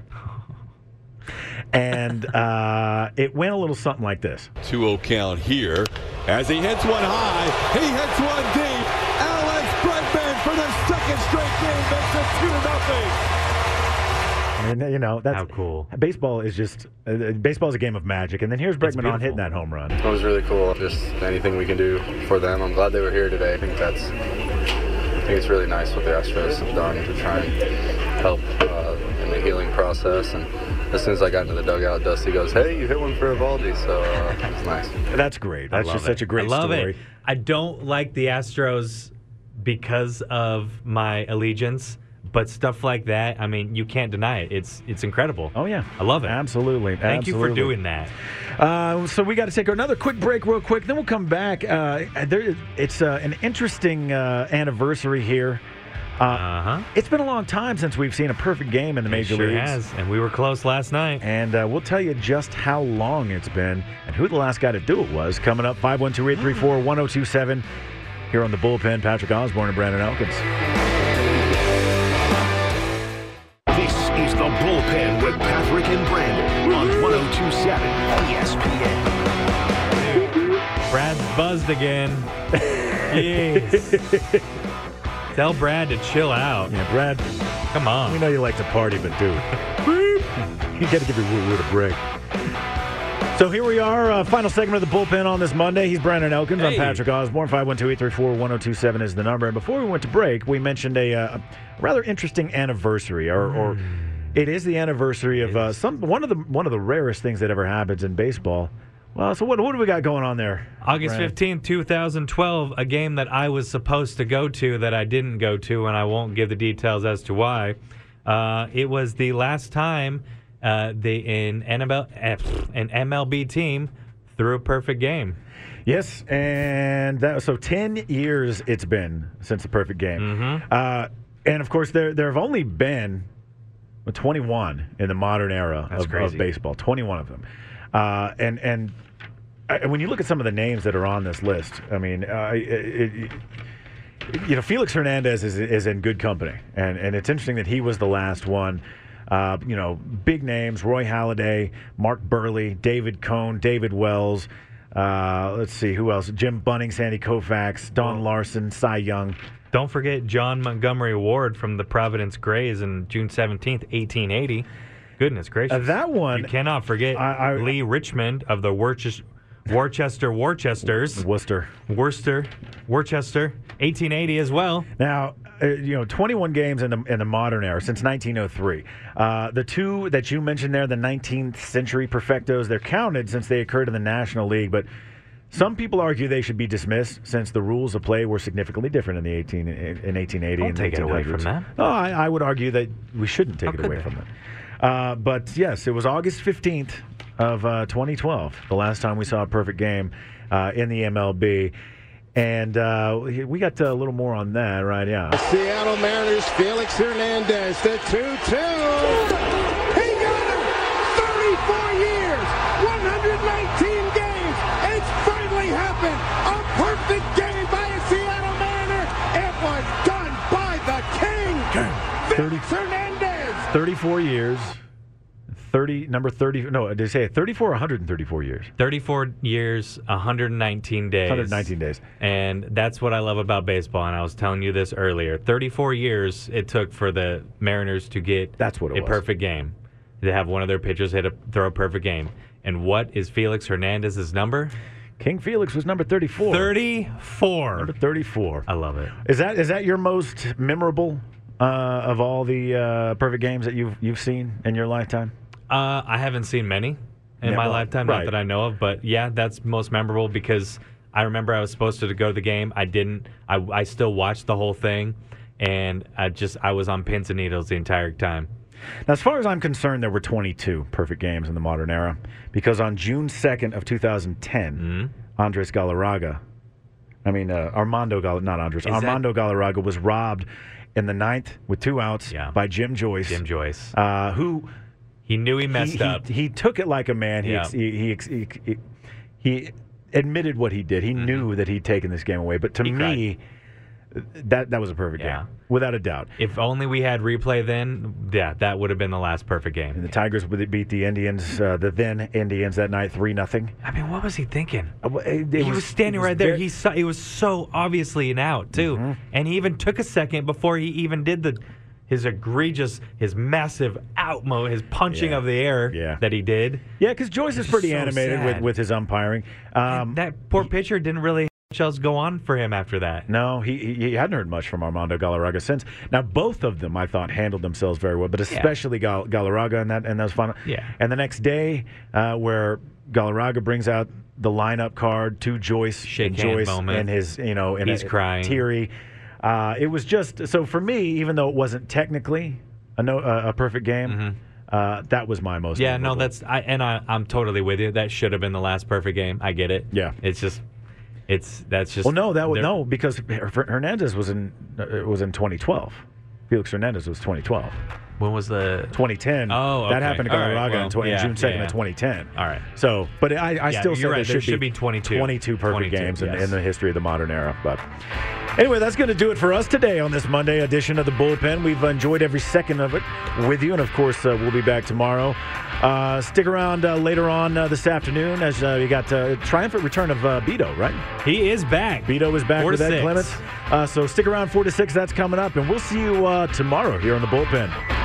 Speaker 2: and uh, it went a little something like this.
Speaker 6: 2-0 count here as he hits one high. He hits one deep. Alex Bregman for the second straight game makes it two nothing.
Speaker 2: I mean, you know, that's
Speaker 3: How cool.
Speaker 2: Baseball is just uh, baseball is a game of magic. And then here's Bregman on
Speaker 3: beautiful.
Speaker 2: hitting that home run.
Speaker 5: It was really cool. Just anything we can do for them. I'm glad they were here today. I think that's. I think it's really nice what the Astros have done to try and help uh, in the healing process. And as soon as I got into the dugout, Dusty goes, "Hey, you hit one for Evaldi," so uh, it's nice.
Speaker 2: That's great.
Speaker 3: I
Speaker 2: That's
Speaker 3: love
Speaker 2: just such
Speaker 3: it.
Speaker 2: a great
Speaker 3: I love
Speaker 2: story.
Speaker 3: It. I don't like the Astros because of my allegiance, but stuff like that, I mean, you can't deny it. It's it's incredible.
Speaker 2: Oh yeah,
Speaker 3: I love it.
Speaker 2: Absolutely.
Speaker 3: Thank you for
Speaker 2: Absolutely.
Speaker 3: doing that.
Speaker 2: Uh, so we got to take another quick break, real quick. Then we'll come back. Uh, there, it's uh, an interesting uh, anniversary here. Uh,
Speaker 3: Uh-huh.
Speaker 2: It's been a long time since we've seen a perfect game in the major
Speaker 3: sure
Speaker 2: leagues,
Speaker 3: has. And we were close last night.
Speaker 2: and uh, we'll tell you just how long it's been and who the last guy to do it was. Coming up, five one two eight three four one zero two seven. Here on the bullpen, Patrick Osborne and Brandon Elkins.
Speaker 1: This is the bullpen with Patrick and Brandon on 1027 E ESPN.
Speaker 3: Brad's buzzed again. Jeez. Tell Brad to chill out.
Speaker 2: Yeah, Brad,
Speaker 3: Come on.
Speaker 2: we know you like to party, but dude,
Speaker 7: you got to give your Woot Woot a break.
Speaker 2: So here we are, uh, final segment of the bullpen on this Monday. He's Brandon Elkins. I'm
Speaker 3: Hey.
Speaker 2: Patrick Osborne. 512-834-1027 is the number. And before we went to break, we mentioned a, uh, a rather interesting anniversary, or, or it is the anniversary of uh, some one of the one of the rarest things that ever happens in baseball. Well, so what what do we got going on there?
Speaker 3: August
Speaker 2: Brandon?
Speaker 3: fifteenth, two 2012, a game that I was supposed to go to that I didn't go to, and I won't give the details as to why. Uh, it was the last time uh, the an, NML, eh, pff, an MLB team threw a perfect game.
Speaker 2: Yes, and that so ten years it's been since the perfect game,
Speaker 3: Mm-hmm.
Speaker 2: uh, and of course there there have only been twenty one in the modern era of,
Speaker 3: That's
Speaker 2: of
Speaker 3: crazy.
Speaker 2: baseball, twenty one of them, uh, and and I, when you look at some of the names that are on this list, I mean, uh, it, it, you know, Felix Hernandez is, is in good company, and and it's interesting that he was the last one. Uh, you know, big names: Roy Halladay, Mark Burley, David Cohn, David Wells. Uh, let's see who else: Jim Bunning, Sandy Koufax, Don Larson, Cy Young.
Speaker 3: Don't forget John Montgomery Ward from the Providence Grays on June 17th, 1880. Goodness gracious.
Speaker 2: Uh, that one-
Speaker 3: You cannot forget
Speaker 2: I- I-
Speaker 3: Lee Richmond of the Worcester, Worcester, Worcesters.
Speaker 2: Worcester.
Speaker 3: Worcester, Worcester, 1880 as well.
Speaker 2: Now, uh, you know, 21 games in the in the modern era since 1903. Uh, the two that you mentioned there, the 19th century perfectos, they're counted since they occurred in the National League, but. Some people argue they should be dismissed since the rules of play were significantly different in the 18 in 1880
Speaker 3: Don't
Speaker 2: and
Speaker 3: take it away
Speaker 2: 1800s.
Speaker 3: from that.
Speaker 2: No, I, I would argue that we shouldn't take
Speaker 3: How
Speaker 2: it
Speaker 3: could
Speaker 2: away
Speaker 3: they?
Speaker 2: from them. Uh, but yes, it was August 15th of uh, 2012, the last time we saw a perfect game uh, in the MLB. And uh, we got uh, a little more on that, right? Yeah.
Speaker 6: Seattle Mariners, Felix Hernandez, the 2 2. He got him! 34 years, 119 games. It's finally happened. A perfect game by a Seattle Mariner. It was done by the King, Felix Hernandez.
Speaker 2: 34 years. 30 number 30 no did they say 34 134 years
Speaker 3: 34 years, 119 days.
Speaker 2: 119 days
Speaker 3: And that's what I love about baseball. And I was telling you this earlier 34 years it took for the Mariners to get
Speaker 2: That's what it
Speaker 3: a
Speaker 2: was.
Speaker 3: perfect game, to have one of their pitchers hit a throw a perfect game. And what is Felix Hernandez's number?
Speaker 2: king felix was number 34
Speaker 3: 34.
Speaker 2: number 34
Speaker 3: I love it.
Speaker 2: is that is that your most memorable uh, of all the uh, perfect games that you've you've seen in your lifetime
Speaker 3: Uh, I haven't seen many in
Speaker 2: Yeah,
Speaker 3: my
Speaker 2: well,
Speaker 3: lifetime,
Speaker 2: right.
Speaker 3: not that I know of, but yeah, that's most memorable because I remember I was supposed to go to the game. I didn't. I, I still watched the whole thing, and I just I was on pins and needles the entire time.
Speaker 2: Now, as far as I'm concerned, there were 22 perfect games in the modern era because on June 2nd of 2010,
Speaker 3: Mm-hmm.
Speaker 2: Andres Galarraga, I mean uh, Armando Gal, not Andres,
Speaker 3: that-
Speaker 2: Armando Galarraga was robbed in the ninth with two outs
Speaker 3: Yeah.
Speaker 2: by Jim Joyce,
Speaker 3: Jim Joyce.
Speaker 2: uh, who
Speaker 3: He knew he
Speaker 2: he-
Speaker 3: messed
Speaker 2: he,
Speaker 3: up.
Speaker 2: He, took it like a man. He
Speaker 3: Yeah.
Speaker 2: ex- he, he, ex- he, he he admitted what he did. He knew that he'd taken this game away. But to
Speaker 3: Mm-hmm. He cried.
Speaker 2: me, that that was a perfect
Speaker 3: Yeah.
Speaker 2: game without a doubt.
Speaker 3: if only we had replay then, yeah, that would have been the last perfect
Speaker 2: And
Speaker 3: game.
Speaker 2: the Tigers would beat the Indians, uh, the then Indians, that night three nothing.
Speaker 3: I mean, what was he thinking?
Speaker 2: It Mm-hmm.
Speaker 3: he was, standing right there. He saw he was so obviously an out too, and he even took a second before he even did the his egregious, his massive out mo, his punching
Speaker 2: Yeah.
Speaker 3: of the air
Speaker 2: Yeah.
Speaker 3: that he did.
Speaker 2: yeah, because Joyce is pretty
Speaker 3: so
Speaker 2: animated with,
Speaker 3: sad.
Speaker 2: with his umpiring. Um,
Speaker 3: that poor pitcher didn't really have much else go on for him after that.
Speaker 2: no, he he- he hadn't heard much from Armando Galarraga since. Now both of them, I thought, handled themselves very well, but especially Gal- Galarraga in that in those final.
Speaker 3: Yeah.
Speaker 2: And the next day, uh, where Galarraga brings out the lineup card to Joyce,
Speaker 3: Shake
Speaker 2: and
Speaker 3: hand
Speaker 2: Joyce,
Speaker 3: moment.
Speaker 2: and his you know, and
Speaker 3: He's crying.
Speaker 2: teary. Uh, it was just so for me, even though it wasn't technically a no uh, a perfect game, uh, that was my most.
Speaker 3: Mm-hmm. Yeah, no,
Speaker 2: memorable.
Speaker 3: that's I and I, I'm totally with you. That should have been the last perfect game. I get it.
Speaker 2: Yeah.
Speaker 3: it's just, it's that's just.
Speaker 2: Well, no, that was
Speaker 3: they're-
Speaker 2: no because Her- Hernandez was in uh, was in 2012. Felix Hernandez was 2012,
Speaker 3: When was the
Speaker 2: 2010.
Speaker 3: Oh,
Speaker 2: that
Speaker 3: okay.
Speaker 2: happened to
Speaker 3: All right,
Speaker 2: Galarraga
Speaker 3: well,
Speaker 2: in 20,
Speaker 3: yeah,
Speaker 2: June 2nd
Speaker 3: yeah.
Speaker 2: of 2010.
Speaker 3: All right.
Speaker 2: So, but I, I
Speaker 3: Yeah,
Speaker 2: still
Speaker 3: you're
Speaker 2: say
Speaker 3: right.
Speaker 2: there, should, be
Speaker 3: 22.
Speaker 2: 22 perfect
Speaker 3: 22,
Speaker 2: games in,
Speaker 3: yes.
Speaker 2: in the history of the modern era. But anyway, that's going to do it for us today on this Monday edition of the Bullpen. We've enjoyed every second of it with you, and of course, uh, we'll be back tomorrow. Uh, stick around uh, later on uh, this afternoon as uh, we got uh, triumphant return of uh, Beto, right?
Speaker 3: he is back.
Speaker 2: Beto is back
Speaker 3: Four to
Speaker 2: with Ed
Speaker 3: six.
Speaker 2: Clements. Uh, so stick around four to six. That's coming up, and we'll see you uh, tomorrow here on the bullpen.